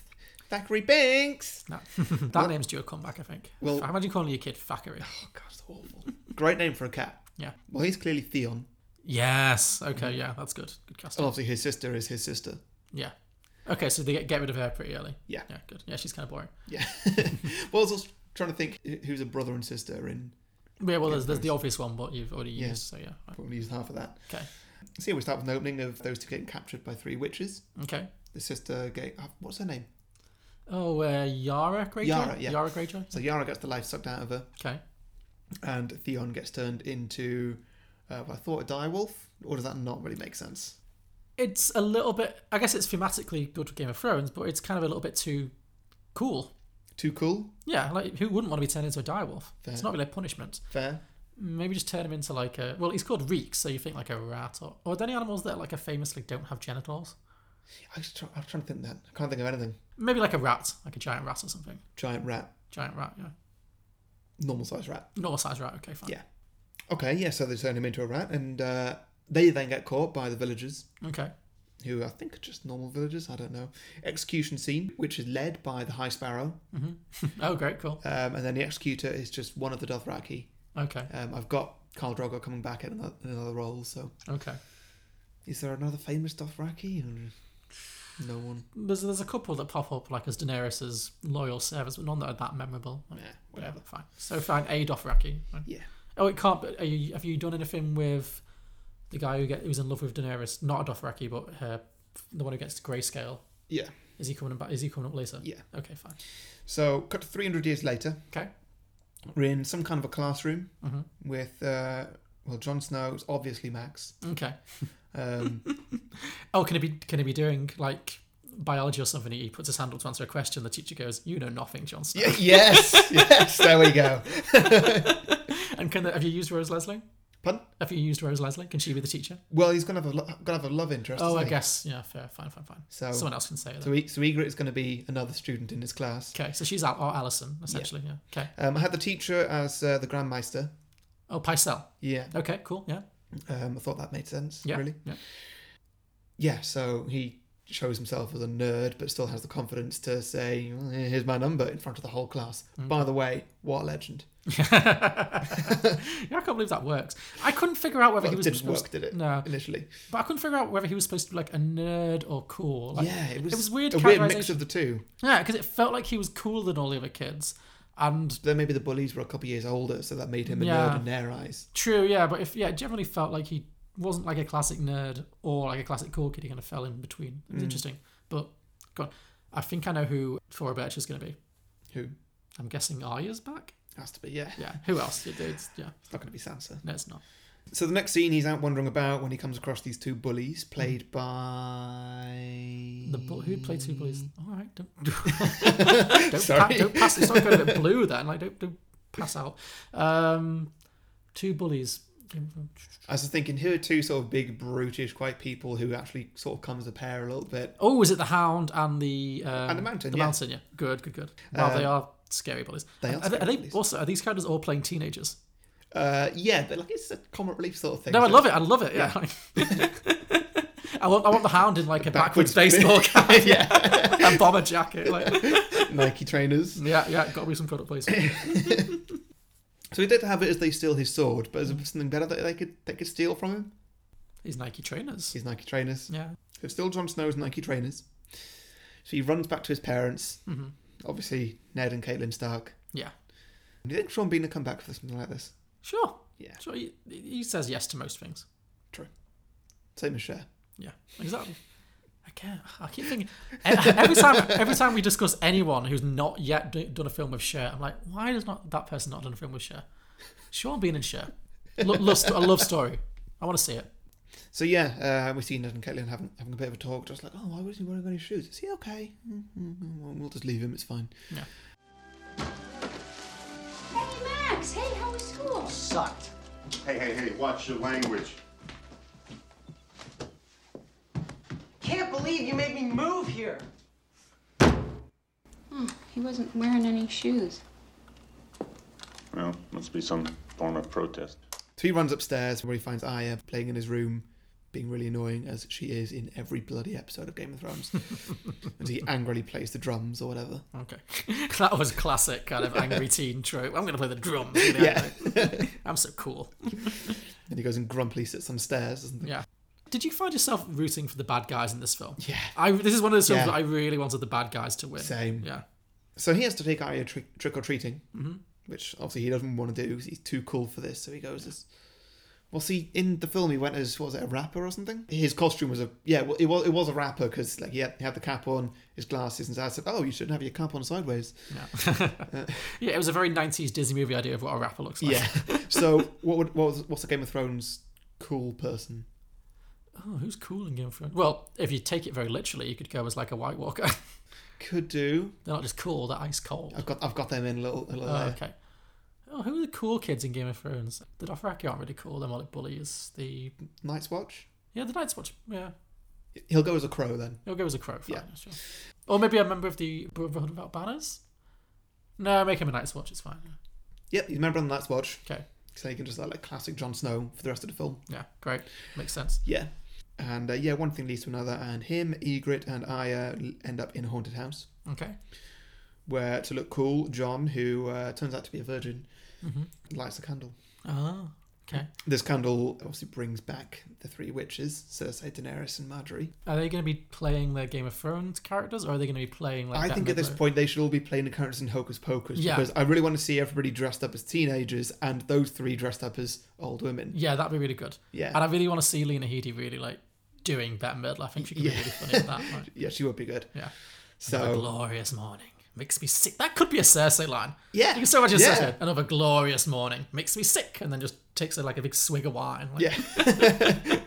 [SPEAKER 1] Thackeray Binks!
[SPEAKER 2] No, that name's due a comeback, I think.
[SPEAKER 1] Well-
[SPEAKER 2] I imagine calling your kid Thackeray.
[SPEAKER 1] Oh, God, it's awful. Great name for a cat.
[SPEAKER 2] Yeah.
[SPEAKER 1] Well, he's clearly Theon.
[SPEAKER 2] Yes.
[SPEAKER 1] Mm.
[SPEAKER 2] Okay. Yeah, that's good. Good casting.
[SPEAKER 1] And obviously, his sister is his sister.
[SPEAKER 2] Yeah. Okay, so they get, get rid of her pretty early.
[SPEAKER 1] Yeah.
[SPEAKER 2] Yeah. Good. Yeah, she's kind of boring.
[SPEAKER 1] Yeah. well, I was also trying to think who's a brother and sister in.
[SPEAKER 2] Yeah. Well, there's, there's the obvious one, but you've already
[SPEAKER 1] Yeah.
[SPEAKER 2] used. So yeah. right.
[SPEAKER 1] Probably used half of that.
[SPEAKER 2] Okay.
[SPEAKER 1] So, yeah, we start with an opening of those two getting captured by three witches.
[SPEAKER 2] Okay.
[SPEAKER 1] The sister getting. uh, What's her name?
[SPEAKER 2] Oh, uh, Yara Greyjoy.
[SPEAKER 1] Yara, yeah.
[SPEAKER 2] Yara Greyjoy.
[SPEAKER 1] So, Yara gets the life sucked out of her,
[SPEAKER 2] Okay.
[SPEAKER 1] and Theon gets turned into, uh, I thought, a dire wolf? Or does that not really make sense?
[SPEAKER 2] It's a little bit. I guess it's thematically good for Game of Thrones, but it's kind of a little bit too cool.
[SPEAKER 1] Too cool?
[SPEAKER 2] Yeah. Like, who wouldn't want to be turned into a direwolf?
[SPEAKER 1] Fair.
[SPEAKER 2] It's not really a punishment.
[SPEAKER 1] Fair?
[SPEAKER 2] Maybe just turn him into like a. Well, he's called Reek, so you think like a rat or or are there any animals that like are famously don't have genitals?
[SPEAKER 1] I was, try- I was trying to think that. I can't think of anything.
[SPEAKER 2] Maybe like a rat, like a giant rat or something.
[SPEAKER 1] Giant rat.
[SPEAKER 2] Giant rat. Yeah.
[SPEAKER 1] Normal sized rat.
[SPEAKER 2] Normal size rat. Okay. Fine.
[SPEAKER 1] Yeah. Okay, yeah, so they turn him into a rat, and uh, they then get caught by the villagers,
[SPEAKER 2] Okay.
[SPEAKER 1] who I think are just normal villagers, I don't know. Execution scene, which is led by the High Sparrow,
[SPEAKER 2] Oh, great. Cool.
[SPEAKER 1] um, and then the executor is just one of the Dothraki.
[SPEAKER 2] Okay.
[SPEAKER 1] Um, I've got Khal Drogo coming back in another, in another role, so.
[SPEAKER 2] Okay.
[SPEAKER 1] Is there another famous Dothraki? Or- No one.
[SPEAKER 2] There's, there's a couple that pop up like as Daenerys' loyal servants, but none that are that memorable. Like,
[SPEAKER 1] Yeah, whatever.
[SPEAKER 2] fine. So fine, A Dothraki. Fine.
[SPEAKER 1] Yeah.
[SPEAKER 2] Oh, it can't. But are you, have you done anything with the guy who get who's in love with Daenerys? Not a Dothraki, but her, the one who gets to grayscale.
[SPEAKER 1] Yeah.
[SPEAKER 2] Is he coming back? Is he coming up later?
[SPEAKER 1] Yeah.
[SPEAKER 2] Okay, fine.
[SPEAKER 1] So, cut to 300 years later,
[SPEAKER 2] Okay.
[SPEAKER 1] we're in some kind of a classroom
[SPEAKER 2] Mm-hmm.
[SPEAKER 1] with, uh, well, Jon Snow, it's obviously Max.
[SPEAKER 2] Okay.
[SPEAKER 1] Um,
[SPEAKER 2] Oh, can it be? Can it be doing like? Biology or something, he puts his hand up to answer a question. The teacher goes, "You know nothing, John." Snow."
[SPEAKER 1] y- yes, yes, there we go.
[SPEAKER 2] And can the, have you used Rose Leslie?
[SPEAKER 1] Pun?
[SPEAKER 2] Have you used Rose Leslie? Can she be the teacher?
[SPEAKER 1] Well, he's gonna have a lo- gonna have a love interest.
[SPEAKER 2] Oh,
[SPEAKER 1] isn't
[SPEAKER 2] I
[SPEAKER 1] he?
[SPEAKER 2] guess. Yeah, fair. Fine, fine, fine.
[SPEAKER 1] So-
[SPEAKER 2] Someone else can say that.
[SPEAKER 1] So, he, so Egret is going to be another student in his class.
[SPEAKER 2] okay, so she's Al- or Alison, essentially. Yeah. Okay.
[SPEAKER 1] Um, I had the teacher as uh, the grandmeister.
[SPEAKER 2] Oh, Picel.
[SPEAKER 1] Yeah,
[SPEAKER 2] Okay, cool. Yeah.
[SPEAKER 1] um, I thought that made sense.
[SPEAKER 2] Yeah.
[SPEAKER 1] Really?
[SPEAKER 2] Yeah.
[SPEAKER 1] Yeah. So he shows himself as a nerd, but still has the confidence to say, "Well, "Here's my number" in front of the whole class.
[SPEAKER 2] Mm-hmm.
[SPEAKER 1] By the way, what a legend!
[SPEAKER 2] yeah, I can't believe that works. I couldn't figure out whether
[SPEAKER 1] Well,
[SPEAKER 2] he
[SPEAKER 1] it
[SPEAKER 2] was
[SPEAKER 1] didn't
[SPEAKER 2] supposed-
[SPEAKER 1] work, did it?
[SPEAKER 2] No,
[SPEAKER 1] Initially,
[SPEAKER 2] but I couldn't figure out whether he was supposed to be like a nerd or cool. Like,
[SPEAKER 1] yeah, it was,
[SPEAKER 2] weird.
[SPEAKER 1] A weird mix of the two.
[SPEAKER 2] Yeah, because it felt like he was cooler than all the other kids, and
[SPEAKER 1] Then maybe the bullies were a couple years older, so that made him a
[SPEAKER 2] Yeah.
[SPEAKER 1] nerd in their eyes.
[SPEAKER 2] True, yeah, but if yeah, it generally felt like he wasn't like a classic nerd or like a classic cool kid. He kind of fell in between. It's
[SPEAKER 1] Hmm.
[SPEAKER 2] interesting, but go on. I think I know who Flora Birch is going to be.
[SPEAKER 1] Who
[SPEAKER 2] I'm guessing Arya's back.
[SPEAKER 1] has to be, yeah,
[SPEAKER 2] Yeah, who else? It- it's- yeah,
[SPEAKER 1] It's not going to be Sansa.
[SPEAKER 2] no, it's not.
[SPEAKER 1] So the next scene, he's out wandering about when he comes across these two bullies, played by
[SPEAKER 2] Mm. The bull- who played two bullies? All right, don't don't, pa-
[SPEAKER 1] Mm. Sorry.
[SPEAKER 2] don't pass. It's not going a bit blue then. Like don't don't pass out. Um, two bullies.
[SPEAKER 1] I was thinking, who are two sort of big, brutish, quite people who actually sort of comes a pair a little bit.
[SPEAKER 2] Oh, is it the hound and the um,
[SPEAKER 1] And the mountain,
[SPEAKER 2] The
[SPEAKER 1] yeah. Um,
[SPEAKER 2] mountain, yeah. Good, good, good. Wow, they are scary bullies.
[SPEAKER 1] they are
[SPEAKER 2] are, they,
[SPEAKER 1] scary
[SPEAKER 2] are they
[SPEAKER 1] bullies.
[SPEAKER 2] also are these characters all playing teenagers?
[SPEAKER 1] Uh, yeah, but like it's a comic relief sort of thing.
[SPEAKER 2] No, I
[SPEAKER 1] so
[SPEAKER 2] love it. I love it. Yeah. I want I want the hound in like a backwards, baseball cap,
[SPEAKER 1] it's- yeah,
[SPEAKER 2] and bomber jacket. Like,
[SPEAKER 1] Nike trainers.
[SPEAKER 2] yeah, yeah. Got to be some product placement.
[SPEAKER 1] So he did have it as they steal his sword, but is
[SPEAKER 2] Mm.
[SPEAKER 1] there something better that they could they could steal from him?
[SPEAKER 2] These Nike trainers.
[SPEAKER 1] His Nike trainers.
[SPEAKER 2] Yeah.
[SPEAKER 1] So still Jon Snow's Nike trainers. So he runs back to his parents. Obviously, Ned and Caitlin Stark.
[SPEAKER 2] Yeah.
[SPEAKER 1] Do you think Sean Bean would come back for something like this?
[SPEAKER 2] Sure.
[SPEAKER 1] Yeah.
[SPEAKER 2] Sure. He, he says yes to most things.
[SPEAKER 1] True. Same as Cher.
[SPEAKER 2] Yeah. Exactly. I can't. I keep thinking e, every time. Every time we discuss anyone who's not yet do, done a film with Cher, I'm like, why does not that person not done a film with Cher? Sean Bean and Cher. Lo- love, sto- a love story. I want to see it.
[SPEAKER 1] So yeah, uh, we see Ned and Caitlin having having a bit of a talk, just like, oh, why wasn't he wearing any shoes? Is he okay? Mm, mm, mm, Well, we'll just leave him. It's fine.
[SPEAKER 2] Yeah.
[SPEAKER 5] Hey, Max. Hey, how was school?
[SPEAKER 7] Sucked.
[SPEAKER 12] Hey, hey, hey, watch your language.
[SPEAKER 13] Can't believe you made me move here.
[SPEAKER 14] Hmm, he wasn't wearing any shoes.
[SPEAKER 12] Well, must be some form of protest.
[SPEAKER 1] So he runs upstairs where he finds Aya playing in his room, being really annoying as she is in every bloody episode of Game of Thrones. and he angrily plays the drums or whatever.
[SPEAKER 2] Okay. that was classic kind of angry teen trope. I'm going to play the drums. you know,
[SPEAKER 1] Yeah.
[SPEAKER 2] like, I'm so cool.
[SPEAKER 1] Then he goes and grumpily sits on stairs, doesn't he?
[SPEAKER 2] Yeah. Did you find yourself rooting for the bad guys in this film? Yeah. I, this is one of those films
[SPEAKER 1] Yeah.
[SPEAKER 2] that I really wanted the bad guys to win.
[SPEAKER 1] Same.
[SPEAKER 2] Yeah.
[SPEAKER 1] So he has to take Arya tri- trick or treating,
[SPEAKER 2] Mhm.
[SPEAKER 1] which obviously he doesn't want to do 'cause he's too cool for this. So he goes as. Well, see, in the film he went as what was it a rapper or something? His costume was a yeah, well, it was it was a rapper because like he had, he had the cap on, his glasses, and so I said, "Oh, you shouldn't have your cap on sideways." Uh,
[SPEAKER 2] Yeah, it was a very 90s Disney movie idea of what a rapper looks like.
[SPEAKER 1] yeah. so what would what was, what's a Game of Thrones cool person?
[SPEAKER 2] Oh, who's cool in Game of Thrones? Well, if you take it very literally, you could go as like a White Walker.
[SPEAKER 1] Could do.
[SPEAKER 2] They're not just cool; they're ice cold.
[SPEAKER 1] I've got I've got them in a little. A little
[SPEAKER 2] Oh,
[SPEAKER 1] there.
[SPEAKER 2] okay. Oh, who are the cool kids in Game of Thrones? The Dothraki aren't really cool. They're more like bullies. The
[SPEAKER 1] Night's Watch.
[SPEAKER 2] yeah, the Night's Watch. Yeah,
[SPEAKER 1] He'll go as a crow then.
[SPEAKER 2] he'll go as a crow. Fine, yeah, sure. Or maybe a member of the Brotherhood Without Banners. No, make him a Night's Watch. It's fine.
[SPEAKER 1] Yep, he's a member on the Night's Watch.
[SPEAKER 2] Okay.
[SPEAKER 1] So he can just like, like classic Jon Snow for the rest of the film.
[SPEAKER 2] Yeah, great. Makes sense.
[SPEAKER 1] Yeah. And uh, yeah, one thing leads to another, and him, Egret, and Aya l- end up in a haunted house
[SPEAKER 2] Okay.
[SPEAKER 1] where, to look cool, John, who uh, turns out to be a virgin,
[SPEAKER 2] Mhm.
[SPEAKER 1] lights a candle.
[SPEAKER 2] Oh, okay.
[SPEAKER 1] This candle obviously brings back the three witches Cersei, Daenerys, and Marjorie.
[SPEAKER 2] Are they going to be playing their Game of Thrones characters, or are they going to be playing like?
[SPEAKER 1] I
[SPEAKER 2] that
[SPEAKER 1] think at this
[SPEAKER 2] Midler-
[SPEAKER 1] point they should all be playing the characters in Hocus Pocus
[SPEAKER 2] Yeah.
[SPEAKER 1] because I really want to see everybody dressed up as teenagers and those three dressed up as old women.
[SPEAKER 2] Yeah, that'd be really good.
[SPEAKER 1] Yeah.
[SPEAKER 2] And I really want to see Lena Headey really like doing Bette Midler. I think she could be really funny at that. Like,
[SPEAKER 1] yeah, Oh. she would be good.
[SPEAKER 2] Yeah.
[SPEAKER 1] So
[SPEAKER 2] Another glorious morning makes me sick. That could be a Cersei line.
[SPEAKER 1] Yeah.
[SPEAKER 2] You can so much
[SPEAKER 1] Yeah.
[SPEAKER 2] Cersei. Another glorious morning makes me sick, and then just takes a, like a big swig of wine. Like,
[SPEAKER 1] Yeah.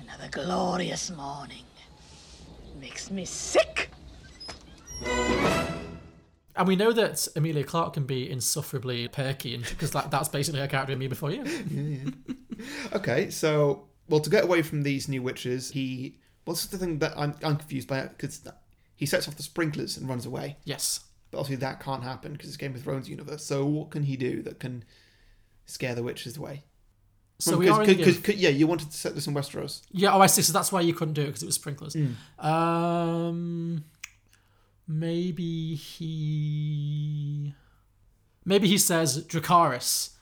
[SPEAKER 15] Another glorious morning. Makes me sick.
[SPEAKER 2] and we know that Amelia Clark can be insufferably perky, and because like that's basically her character in Me Before You.
[SPEAKER 1] Okay, so well, to get away from these new witches, he what's the thing that I'm, I'm confused by because he sets off the sprinklers and runs away.
[SPEAKER 2] Yes.
[SPEAKER 1] but obviously that can't happen because it's Game of Thrones universe. So what can he do that can scare the witches away?
[SPEAKER 2] So we
[SPEAKER 1] Because-
[SPEAKER 2] are in the
[SPEAKER 1] because-
[SPEAKER 2] game.
[SPEAKER 1] because- yeah, you wanted to set this in Westeros.
[SPEAKER 2] Yeah, oh, I see. So that's why you couldn't do it because it was sprinklers.
[SPEAKER 1] Mm.
[SPEAKER 2] Um, maybe he, maybe he says Dracaris.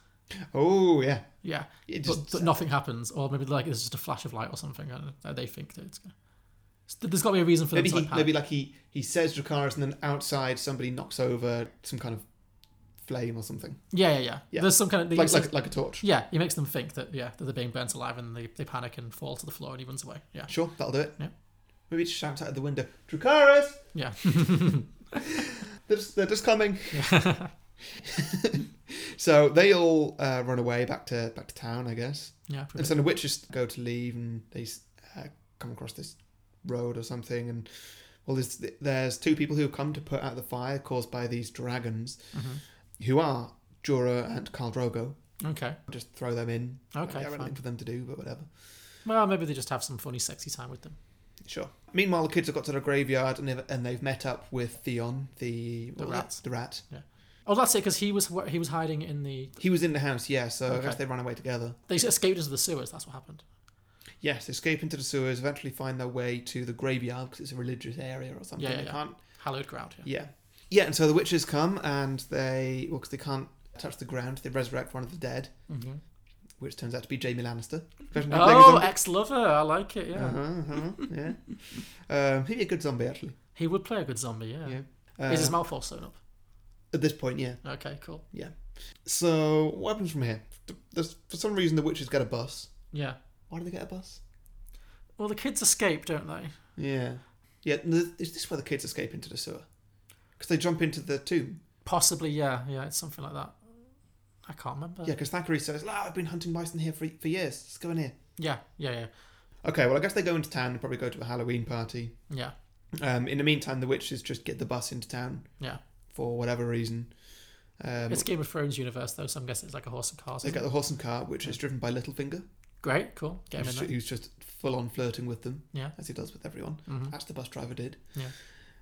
[SPEAKER 1] Oh yeah,
[SPEAKER 2] Yeah,
[SPEAKER 1] It
[SPEAKER 2] but,
[SPEAKER 1] just-
[SPEAKER 2] but nothing happens, or maybe like there's just a flash of light or something, and uh, they think that it's. Gonna... So There's got to be a reason for
[SPEAKER 1] maybe
[SPEAKER 2] them to
[SPEAKER 1] he
[SPEAKER 2] like,
[SPEAKER 1] maybe like he he says Dracarys and then outside somebody knocks over some kind of flame or something.
[SPEAKER 2] Yeah, yeah, yeah.
[SPEAKER 1] Yeah.
[SPEAKER 2] There's some kind of
[SPEAKER 1] Like- like- like a torch.
[SPEAKER 2] Yeah, he makes them think that yeah that they're being burnt alive, and they, they panic and fall to the floor, and he runs away. Yeah,
[SPEAKER 1] Sure, that'll do it.
[SPEAKER 2] Yeah.
[SPEAKER 1] Maybe just shout out of the window, Dracarys.
[SPEAKER 2] yeah.
[SPEAKER 1] They're just, they're just coming. so they all uh, run away back to back to town, I guess.
[SPEAKER 2] Yeah, pretty
[SPEAKER 1] And so the witches go to leave, and they s- uh, come across this road or something, and well, there's there's two people who have come to put out the fire caused by these dragons,
[SPEAKER 2] Mm-hmm.
[SPEAKER 1] who are Jorah and Khal Drogo.
[SPEAKER 2] Okay.
[SPEAKER 1] Just throw them in.
[SPEAKER 2] Okay,
[SPEAKER 1] I have
[SPEAKER 2] fine.
[SPEAKER 1] anything for them to do, but whatever.
[SPEAKER 2] well, maybe they just have some funny, sexy time with them.
[SPEAKER 1] Sure. Meanwhile, the kids have got to the graveyard and they've, and they've met up with Theon, the, what was it?
[SPEAKER 2] rat.
[SPEAKER 1] The rat.
[SPEAKER 2] Yeah. Oh, that's it, because he was he was hiding in the.
[SPEAKER 1] He was in the house, yeah. So I
[SPEAKER 2] Okay.
[SPEAKER 1] guess they ran away together.
[SPEAKER 2] They escaped into the sewers. That's what happened.
[SPEAKER 1] Yes, escape into the sewers, eventually find their way to the graveyard because it's a religious area or something.
[SPEAKER 2] Yeah, yeah,
[SPEAKER 1] they
[SPEAKER 2] yeah.
[SPEAKER 1] can't.
[SPEAKER 2] Hallowed ground. Yeah.
[SPEAKER 1] Yeah. Yeah, and so the witches come and they, well, because they can't touch the ground, they resurrect one of the dead,
[SPEAKER 2] Mhm.
[SPEAKER 1] which turns out to be Jamie Lannister.
[SPEAKER 2] Oh, ex-lover. I like it. Yeah.
[SPEAKER 1] Uh-huh, uh-huh,
[SPEAKER 2] Oh!
[SPEAKER 1] yeah. Um, he'd be a good zombie, actually.
[SPEAKER 2] He would play a good zombie. Yeah.
[SPEAKER 1] Yeah.
[SPEAKER 2] Is his
[SPEAKER 1] Uh,
[SPEAKER 2] mouth all sewn up?
[SPEAKER 1] At this point, yeah.
[SPEAKER 2] Okay, cool.
[SPEAKER 1] Yeah. So, what happens from here? There's, for some reason, the witches get a bus.
[SPEAKER 2] Yeah.
[SPEAKER 1] Why do they get a bus?
[SPEAKER 2] Well, the kids escape, don't they?
[SPEAKER 1] Yeah. Yeah, and th- is this where the kids escape into the sewer? Because they jump into the tomb.
[SPEAKER 2] Possibly. Yeah. Yeah. It's something like that. I can't remember.
[SPEAKER 1] Yeah, because Thackeray says, oh, I've been hunting mice in here for, for years. Let's go in here.
[SPEAKER 2] Yeah. Yeah. Yeah.
[SPEAKER 1] Okay, well, I guess they go into town and probably go to a Halloween party.
[SPEAKER 2] Yeah.
[SPEAKER 1] Um, in the meantime, the witches just get the bus into town
[SPEAKER 2] Yeah.
[SPEAKER 1] for whatever reason. Um,
[SPEAKER 2] it's Game of Thrones universe though, so I'm guessing it's like a horse and cars.
[SPEAKER 1] they
[SPEAKER 2] isn't
[SPEAKER 1] got
[SPEAKER 2] it?
[SPEAKER 1] the horse and cart, which is driven by Littlefinger.
[SPEAKER 2] Great, cool. Get him
[SPEAKER 1] Who's
[SPEAKER 2] in
[SPEAKER 1] ju-
[SPEAKER 2] there.
[SPEAKER 1] Who's just full on flirting with them,
[SPEAKER 2] Yeah.
[SPEAKER 1] as he does with everyone.
[SPEAKER 2] Mhm.
[SPEAKER 1] As the bus driver did.
[SPEAKER 2] Yeah.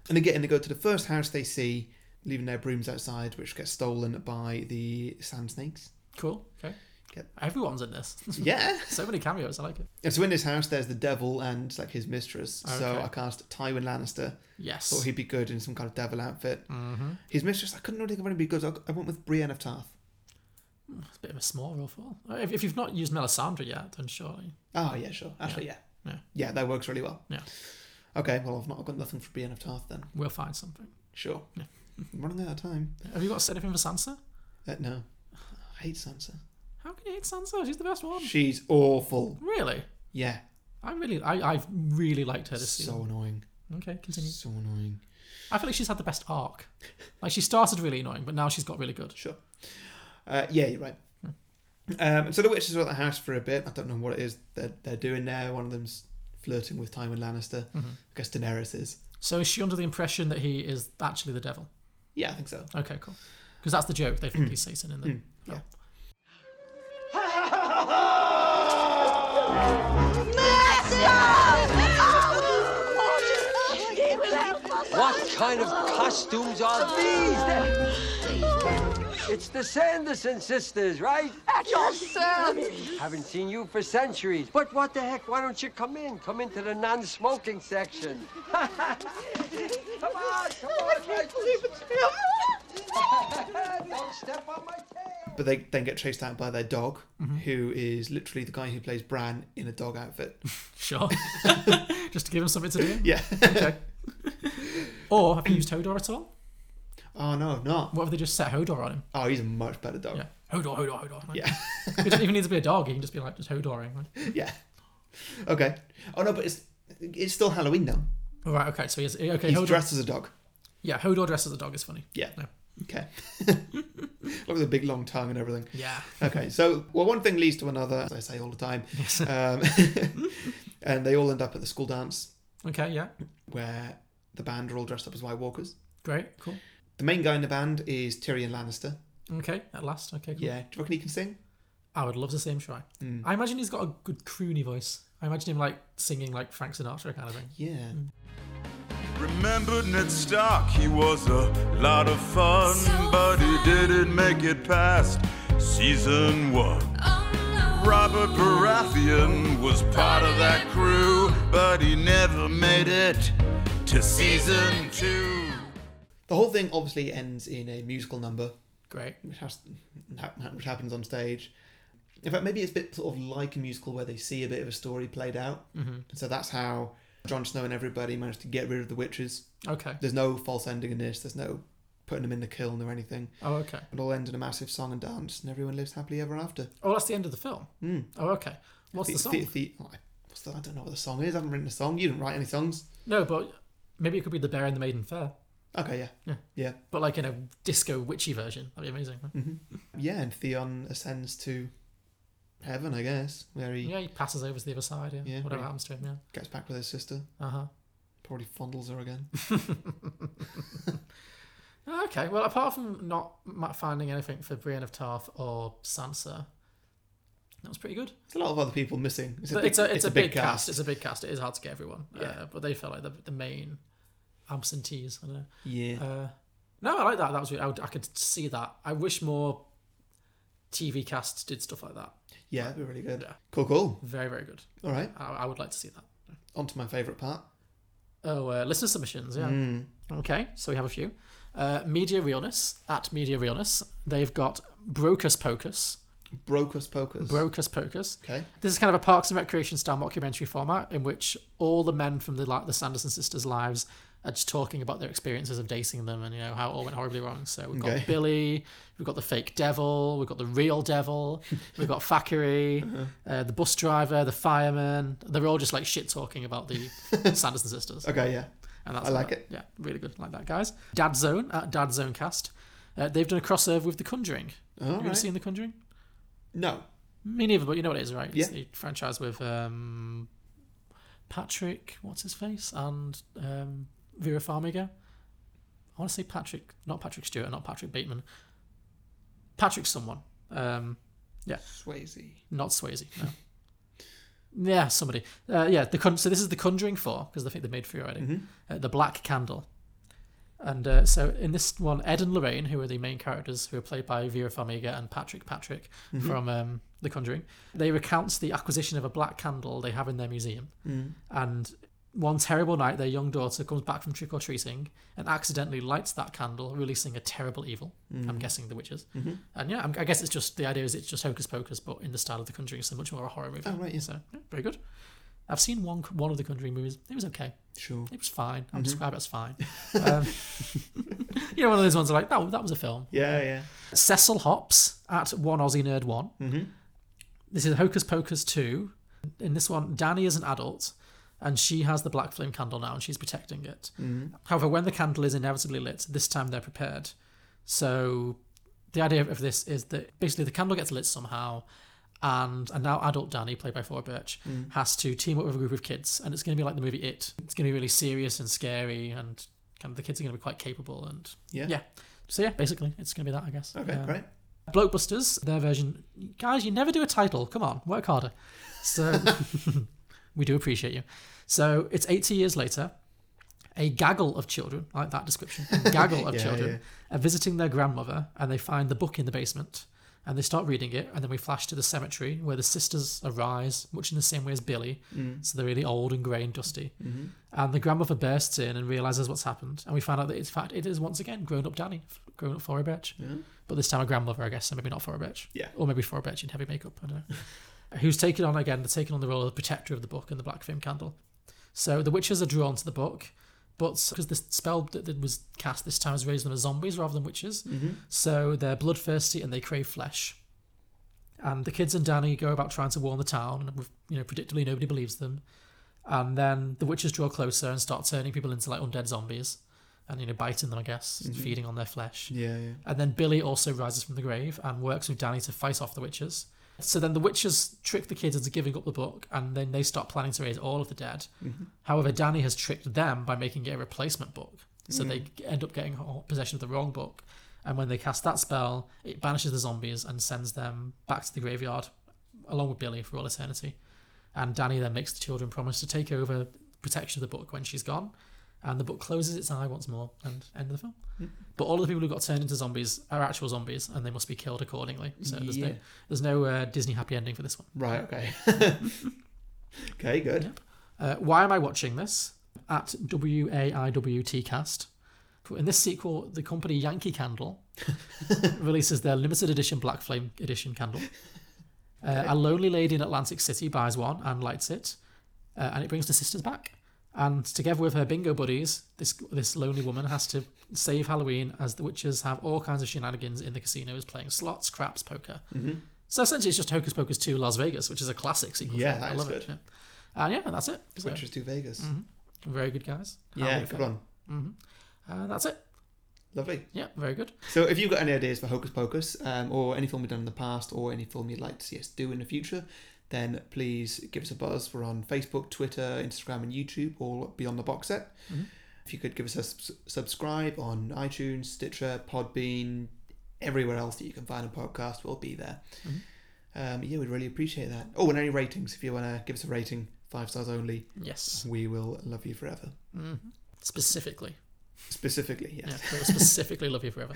[SPEAKER 1] And again, they go to the first house they see, leaving their brooms outside, which gets stolen by the sand snakes.
[SPEAKER 2] Cool. Okay.
[SPEAKER 1] Get-
[SPEAKER 2] Everyone's in this.
[SPEAKER 1] Yeah.
[SPEAKER 2] so many cameos. I like it.
[SPEAKER 1] And so in this house, there's the devil and like his mistress. So
[SPEAKER 2] Okay.
[SPEAKER 1] I cast Tywin Lannister.
[SPEAKER 2] Yes.
[SPEAKER 1] Thought he'd be good in some kind of devil outfit.
[SPEAKER 2] Mhm.
[SPEAKER 1] His mistress, I couldn't really think of anybody good. I I went with Brienne of Tarth.
[SPEAKER 2] It's a bit of a small role for. If, if you've not used Melisandre yet, then surely.
[SPEAKER 1] Oh yeah, sure. Actually, yeah.
[SPEAKER 2] Yeah.
[SPEAKER 1] Yeah, that works really well.
[SPEAKER 2] Yeah.
[SPEAKER 1] Okay, well I've not got nothing for Brienne of Tarth then.
[SPEAKER 2] We'll find something.
[SPEAKER 1] Sure. I'm running out of time.
[SPEAKER 2] Have you got anything for Sansa?
[SPEAKER 1] Uh, no. I hate Sansa.
[SPEAKER 2] How can you hate Sansa? She's the best one.
[SPEAKER 1] She's awful.
[SPEAKER 2] Really?
[SPEAKER 1] Yeah.
[SPEAKER 2] I really, I, I've really liked her this
[SPEAKER 1] So
[SPEAKER 2] season.
[SPEAKER 1] annoying.
[SPEAKER 2] Okay, continue.
[SPEAKER 1] So annoying.
[SPEAKER 2] I feel like she's had the best arc. Like she started really annoying, but now she's got really good.
[SPEAKER 1] Sure. Uh, yeah, you're right. Um, and so the witches are at the house for a bit. I don't know what it is that they're doing there. One of them's flirting with Tywin Lannister.
[SPEAKER 2] Mhm.
[SPEAKER 1] I guess Daenerys is.
[SPEAKER 2] So is she under the impression that he is actually the devil?
[SPEAKER 1] Yeah, I think so.
[SPEAKER 2] Okay, cool. Because that's the joke. They think he's Satan in the.
[SPEAKER 1] Mm.
[SPEAKER 2] Yeah.
[SPEAKER 3] What kind of costumes are these? They're- It's the Sanderson sisters, right? At your service. Haven't seen you for centuries. But what the heck? Why don't you come in? Come into the non-smoking section. come on, come on. right this way. don't step on my
[SPEAKER 1] But they then get chased out by their dog, who is literally the guy who plays Bran in a dog outfit.
[SPEAKER 2] Sure. Just to give him something to do.
[SPEAKER 1] Yeah.
[SPEAKER 2] Okay. Or have you used Hodor at all?
[SPEAKER 1] Oh no, I've not.
[SPEAKER 2] What if they just set Hodor on him?
[SPEAKER 1] Oh, he's a much better dog.
[SPEAKER 2] Yeah. Hodor, Hodor, Hodor. Like,
[SPEAKER 1] Yeah.
[SPEAKER 2] He doesn't even need to be a dog. He can just be like just Hodoring. Like.
[SPEAKER 1] Yeah. Okay. Oh no, but it's it's still Halloween though.
[SPEAKER 2] All right. Okay. So he's okay.
[SPEAKER 1] he's
[SPEAKER 2] Hodor.
[SPEAKER 1] dressed as a dog.
[SPEAKER 2] yeah. Hodor dressed as a dog is funny.
[SPEAKER 1] Yeah.
[SPEAKER 2] No.
[SPEAKER 1] Okay. Look at the big long tongue and everything.
[SPEAKER 2] Yeah.
[SPEAKER 1] Okay, so well, one thing leads to another, as I say all the time, um, and they all end up at the school dance
[SPEAKER 2] Okay. Yeah.
[SPEAKER 1] where the band are all dressed up as White Walkers.
[SPEAKER 2] Great. Cool.
[SPEAKER 1] The main guy in the band is Tyrion Lannister.
[SPEAKER 2] Okay. At last. Okay. Cool.
[SPEAKER 1] Yeah, Mm. do you reckon he can sing?
[SPEAKER 2] I would love to see him try. I imagine he's got a good croony voice. I imagine him like singing like Frank Sinatra kind of thing.
[SPEAKER 1] Yeah.
[SPEAKER 16] Remember Ned Stark, he was a lot of fun, but he didn't make it past season one. Robert Baratheon was part of that crew, but he never made it to season two.
[SPEAKER 1] The whole thing obviously ends in a musical number,
[SPEAKER 2] Great.
[SPEAKER 1] which, has, ha- which happens on stage. In fact, maybe it's a bit sort of like a musical where they see a bit of a story played out.
[SPEAKER 2] Mhm.
[SPEAKER 1] So that's how Jon Snow and everybody managed to get rid of the witches.
[SPEAKER 2] Okay.
[SPEAKER 1] There's no false ending in this. There's no putting them in the kiln or anything.
[SPEAKER 2] Oh, okay.
[SPEAKER 1] It all ends in a massive song and dance, and everyone lives happily ever after.
[SPEAKER 2] Oh, that's the end of the film.
[SPEAKER 1] Mm.
[SPEAKER 2] Oh, okay. What's the,
[SPEAKER 1] The-
[SPEAKER 2] song?
[SPEAKER 1] the- the- oh, I- what's the- I don't know what the song is. I haven't written a song. You didn't write any songs.
[SPEAKER 2] No, but maybe it could be The Bear and the Maiden Fair,
[SPEAKER 1] Okay, yeah.
[SPEAKER 2] Yeah.
[SPEAKER 1] Yeah.
[SPEAKER 2] but like in a disco witchy version. That'd be amazing.
[SPEAKER 1] hmm Yeah, and Theon ascends to heaven, I guess, where he
[SPEAKER 2] Yeah, he passes over to the other side. Yeah,
[SPEAKER 1] Yeah,
[SPEAKER 2] whatever
[SPEAKER 1] right.
[SPEAKER 2] happens to him. Yeah.
[SPEAKER 1] gets back with his sister.
[SPEAKER 2] Uh huh.
[SPEAKER 1] Probably fondles her again.
[SPEAKER 2] Okay. Well, apart from not ma- finding anything for Brienne of Tarth or Sansa, that was pretty good.
[SPEAKER 1] There's a lot of other people missing. It's a
[SPEAKER 2] But
[SPEAKER 1] big,
[SPEAKER 2] it's a it's, a, big, cast. It's a big cast. It is hard to get everyone.
[SPEAKER 1] Yeah.
[SPEAKER 2] Uh, but they felt like the, the main absentees. I don't know.
[SPEAKER 1] Yeah.
[SPEAKER 2] Uh, no, I like that. That was really, I, would, I could see that. I wish more TV casts did stuff like that.
[SPEAKER 1] yeah, that'd be really good.
[SPEAKER 2] Yeah.
[SPEAKER 1] Cool, cool.
[SPEAKER 2] Very very good.
[SPEAKER 1] All right,
[SPEAKER 2] I, I would like to see that.
[SPEAKER 1] on to my favourite part.
[SPEAKER 2] Oh, uh, listener submissions, yeah.
[SPEAKER 1] Hmm.
[SPEAKER 2] Okay, so we have a few. Uh, Media Realness, at Media Realness. They've got Brocus Pocus.
[SPEAKER 1] Brocus Pocus.
[SPEAKER 2] Brocus Pocus.
[SPEAKER 1] okay.
[SPEAKER 2] This is kind of a Parks and Recreation style documentary format in which all the men from the like, the Sanderson sisters' lives are just talking about their experiences of dating them and you know how it all went horribly wrong. So we've got
[SPEAKER 1] Okay.
[SPEAKER 2] Billy, we've got the fake devil, we've got the real devil, we've got Fakiri,
[SPEAKER 1] Uh-huh.
[SPEAKER 2] uh, the bus driver, the fireman. They're all just like shit talking about the Sanderson sisters.
[SPEAKER 1] Okay, yeah.
[SPEAKER 2] And that's
[SPEAKER 1] I like
[SPEAKER 2] about-
[SPEAKER 1] it.
[SPEAKER 2] Yeah, really good. Like that, guys. Dad Zone at Dad Zone Cast. Uh, they've done a crossover with The Conjuring. Have you ever
[SPEAKER 1] right.
[SPEAKER 2] seen The Conjuring?
[SPEAKER 1] No.
[SPEAKER 2] Me neither, but you know what it is, right? It's
[SPEAKER 1] Yeah.
[SPEAKER 2] the franchise with um, Patrick, what's his face, and um, Vera Farmiga. I want to say Patrick, not Patrick Stewart, not Patrick Bateman. Patrick someone. Um, yeah.
[SPEAKER 1] Swayze.
[SPEAKER 2] Not Swayze. No. yeah, somebody. Uh, yeah, the con- so this is the Conjuring Four because I think they made three already.
[SPEAKER 1] Mhm.
[SPEAKER 2] Uh, the Black Candle. And uh, so in this one, Ed and Lorraine, who are the main characters, who are played by Vera Farmiga and Patrick Patrick
[SPEAKER 1] Mhm.
[SPEAKER 2] from um, The Conjuring, they recount the acquisition of a black candle they have in their museum.
[SPEAKER 1] Mm.
[SPEAKER 2] And one terrible night, their young daughter comes back from trick or treating and accidentally lights that candle, releasing a terrible evil. I'm
[SPEAKER 1] Mm.
[SPEAKER 2] guessing the witches.
[SPEAKER 1] Mhm.
[SPEAKER 2] And yeah, I'm, I guess it's just the idea is it's just hocus pocus, but in the style of The Conjuring, so much more a horror movie.
[SPEAKER 1] Oh, right, yeah.
[SPEAKER 2] So yeah, very good. I've seen one one of the Conjuring movies. It was okay.
[SPEAKER 1] Sure.
[SPEAKER 2] It was fine. I'll
[SPEAKER 1] Mhm.
[SPEAKER 2] describe it as fine. Um, you know, one of those ones like that. That was a film.
[SPEAKER 1] Yeah, yeah.
[SPEAKER 2] Cecil Hops at One Aussie Nerd One.
[SPEAKER 1] Mhm.
[SPEAKER 2] This is Hocus Pocus Two. In this one, Danny is an adult, and she has the black flame candle now, and she's protecting it.
[SPEAKER 1] Mhm.
[SPEAKER 2] However, when the candle is inevitably lit, this time they're prepared. So, the idea of this is that basically the candle gets lit somehow, and and now adult Danny, played by Ford Birch,
[SPEAKER 1] Mm.
[SPEAKER 2] has to team up with a group of kids, and it's going to be like the movie It. It's going to be really serious and scary, and kind of the kids are going to be quite capable, and
[SPEAKER 1] Yeah.
[SPEAKER 2] yeah. So yeah, basically, it's going to be that, I guess.
[SPEAKER 1] Okay,
[SPEAKER 2] Um,
[SPEAKER 1] great.
[SPEAKER 2] Bloatbusters, their version. Guys, you never do a title. Come on, work harder. So we do appreciate you. So it's 80 years later. A gaggle of children, I like that description, a gaggle of
[SPEAKER 1] Yeah,
[SPEAKER 2] children,
[SPEAKER 1] yeah.
[SPEAKER 2] are visiting their grandmother and they find the book in the basement and they start reading it. And then we flash to the cemetery where the sisters arise, much in the same way as Billy.
[SPEAKER 1] Mm.
[SPEAKER 2] So they're really old and grey and dusty.
[SPEAKER 1] Mhm.
[SPEAKER 2] And the grandmother bursts in and realizes what's happened. And we find out that, in fact, it is once again grown up Danny, f- grown up for a bitch.
[SPEAKER 1] Yeah.
[SPEAKER 2] But this time a grandmother, I guess, so maybe not for a bitch.
[SPEAKER 1] Yeah.
[SPEAKER 2] Or maybe for a bitch in heavy makeup, I don't know. Who's taken on, again, they're taking on the role of the protector of the book and the black flame candle. So the witches are drawn to the book, but because the spell that that was cast this time has raised them as zombies rather than witches,
[SPEAKER 1] Mhm.
[SPEAKER 2] so they're bloodthirsty and they crave flesh. And the kids and Danny go about trying to warn the town, and you know, predictably nobody believes them. And then the witches draw closer and start turning people into like undead zombies, and you know, biting them, I guess, and
[SPEAKER 1] Mhm.
[SPEAKER 2] feeding on their flesh.
[SPEAKER 1] Yeah, yeah.
[SPEAKER 2] And then Billy also rises from the grave and works with Danny to fight off the witches. So then the witches trick the kids into giving up the book, and then they start planning to raise all of the dead.
[SPEAKER 1] Mhm.
[SPEAKER 2] However, Danny has tricked them by making it a replacement book. So
[SPEAKER 1] Mm.
[SPEAKER 2] they end up getting ho- possession of the wrong book. And when they cast that spell, it banishes the zombies and sends them back to the graveyard, along with Billy, for all eternity. And Danny then makes the children promise to take over protection of the book when she's gone. And the book closes its eye once more and end of the film. But all of the people who got turned into zombies are actual zombies and they must be killed accordingly. So there's no,
[SPEAKER 1] Yeah.
[SPEAKER 2] there's no uh, Disney happy ending for this one.
[SPEAKER 1] Right, okay. okay, good.
[SPEAKER 2] Uh, why am I watching this? At W A I W T cast. In this sequel, the company Yankee Candle releases their limited edition Black Flame edition candle. Uh, a lonely lady in Atlantic City buys one and lights it, uh, and it brings the sisters back. And together with her bingo buddies, this this lonely woman has to save Halloween as the witches have all kinds of shenanigans in the casinos, playing slots, craps, poker.
[SPEAKER 1] Mhm.
[SPEAKER 2] So essentially, it's just Hocus Pocus Two Las Vegas, which is a classic sequel.
[SPEAKER 1] Yeah,
[SPEAKER 2] film.
[SPEAKER 1] that
[SPEAKER 2] I
[SPEAKER 1] is
[SPEAKER 2] love it.
[SPEAKER 1] good.
[SPEAKER 2] Yeah. And yeah, that's it. So-
[SPEAKER 1] Witches to Vegas.
[SPEAKER 2] Mhm. Very good, guys.
[SPEAKER 1] Yeah, good one.
[SPEAKER 2] hmm Uh, that's it.
[SPEAKER 1] Lovely.
[SPEAKER 2] Yeah, very good.
[SPEAKER 1] So, if you've got any ideas for Hocus Pocus, um, or any film we've done in the past, or any film you'd like to see us do in the future, then please give us a buzz. We're on Facebook, Twitter, Instagram, and YouTube, all Beyond the Box Set.
[SPEAKER 2] Mhm.
[SPEAKER 1] If you could give us a subs- subscribe on iTunes, Stitcher, Podbean, everywhere else that you can find a podcast, we'll be there.
[SPEAKER 2] Mhm.
[SPEAKER 1] Um, yeah, we'd really appreciate that. Oh, and any ratings, if you want to give us a rating, five stars only,
[SPEAKER 2] Yes.
[SPEAKER 1] we will love you forever.
[SPEAKER 2] hmm Specifically.
[SPEAKER 1] Specifically, yes.
[SPEAKER 2] Yeah, we will specifically love you forever.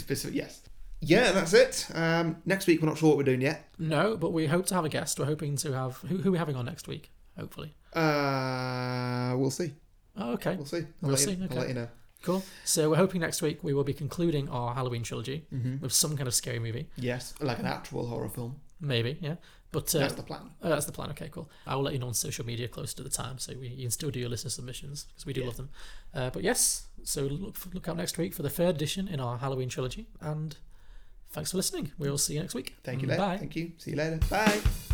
[SPEAKER 1] Specific, yes. Yeah, that's it. Um, next week, we're not sure what we're doing yet.
[SPEAKER 2] No, but we hope to have a guest. We're hoping to have who, who are we having on next week? Hopefully.
[SPEAKER 1] Uh, we'll see.
[SPEAKER 2] Oh, okay.
[SPEAKER 1] We'll see. I'll,
[SPEAKER 2] We'll
[SPEAKER 1] let,
[SPEAKER 2] see,
[SPEAKER 1] You,
[SPEAKER 2] okay.
[SPEAKER 1] I'll let you know.
[SPEAKER 2] Cool. So we're hoping next week we will be concluding our Halloween trilogy
[SPEAKER 1] Mhm.
[SPEAKER 2] with some kind of scary movie,
[SPEAKER 1] Yes, like an actual horror film.
[SPEAKER 2] maybe. Yeah. But uh,
[SPEAKER 1] That's the plan.
[SPEAKER 2] Oh, that's the plan. Okay, cool. I will let you know on social media closer to the time, so we, you can still do your listener submissions because we do
[SPEAKER 1] Yeah.
[SPEAKER 2] love them. Uh, but yes, so look for, look out next week for the third edition in our Halloween trilogy. And thanks for listening. We will see you next week.
[SPEAKER 1] Thank you later.
[SPEAKER 2] Mm, Bye.
[SPEAKER 1] Thank you. See you later. Bye.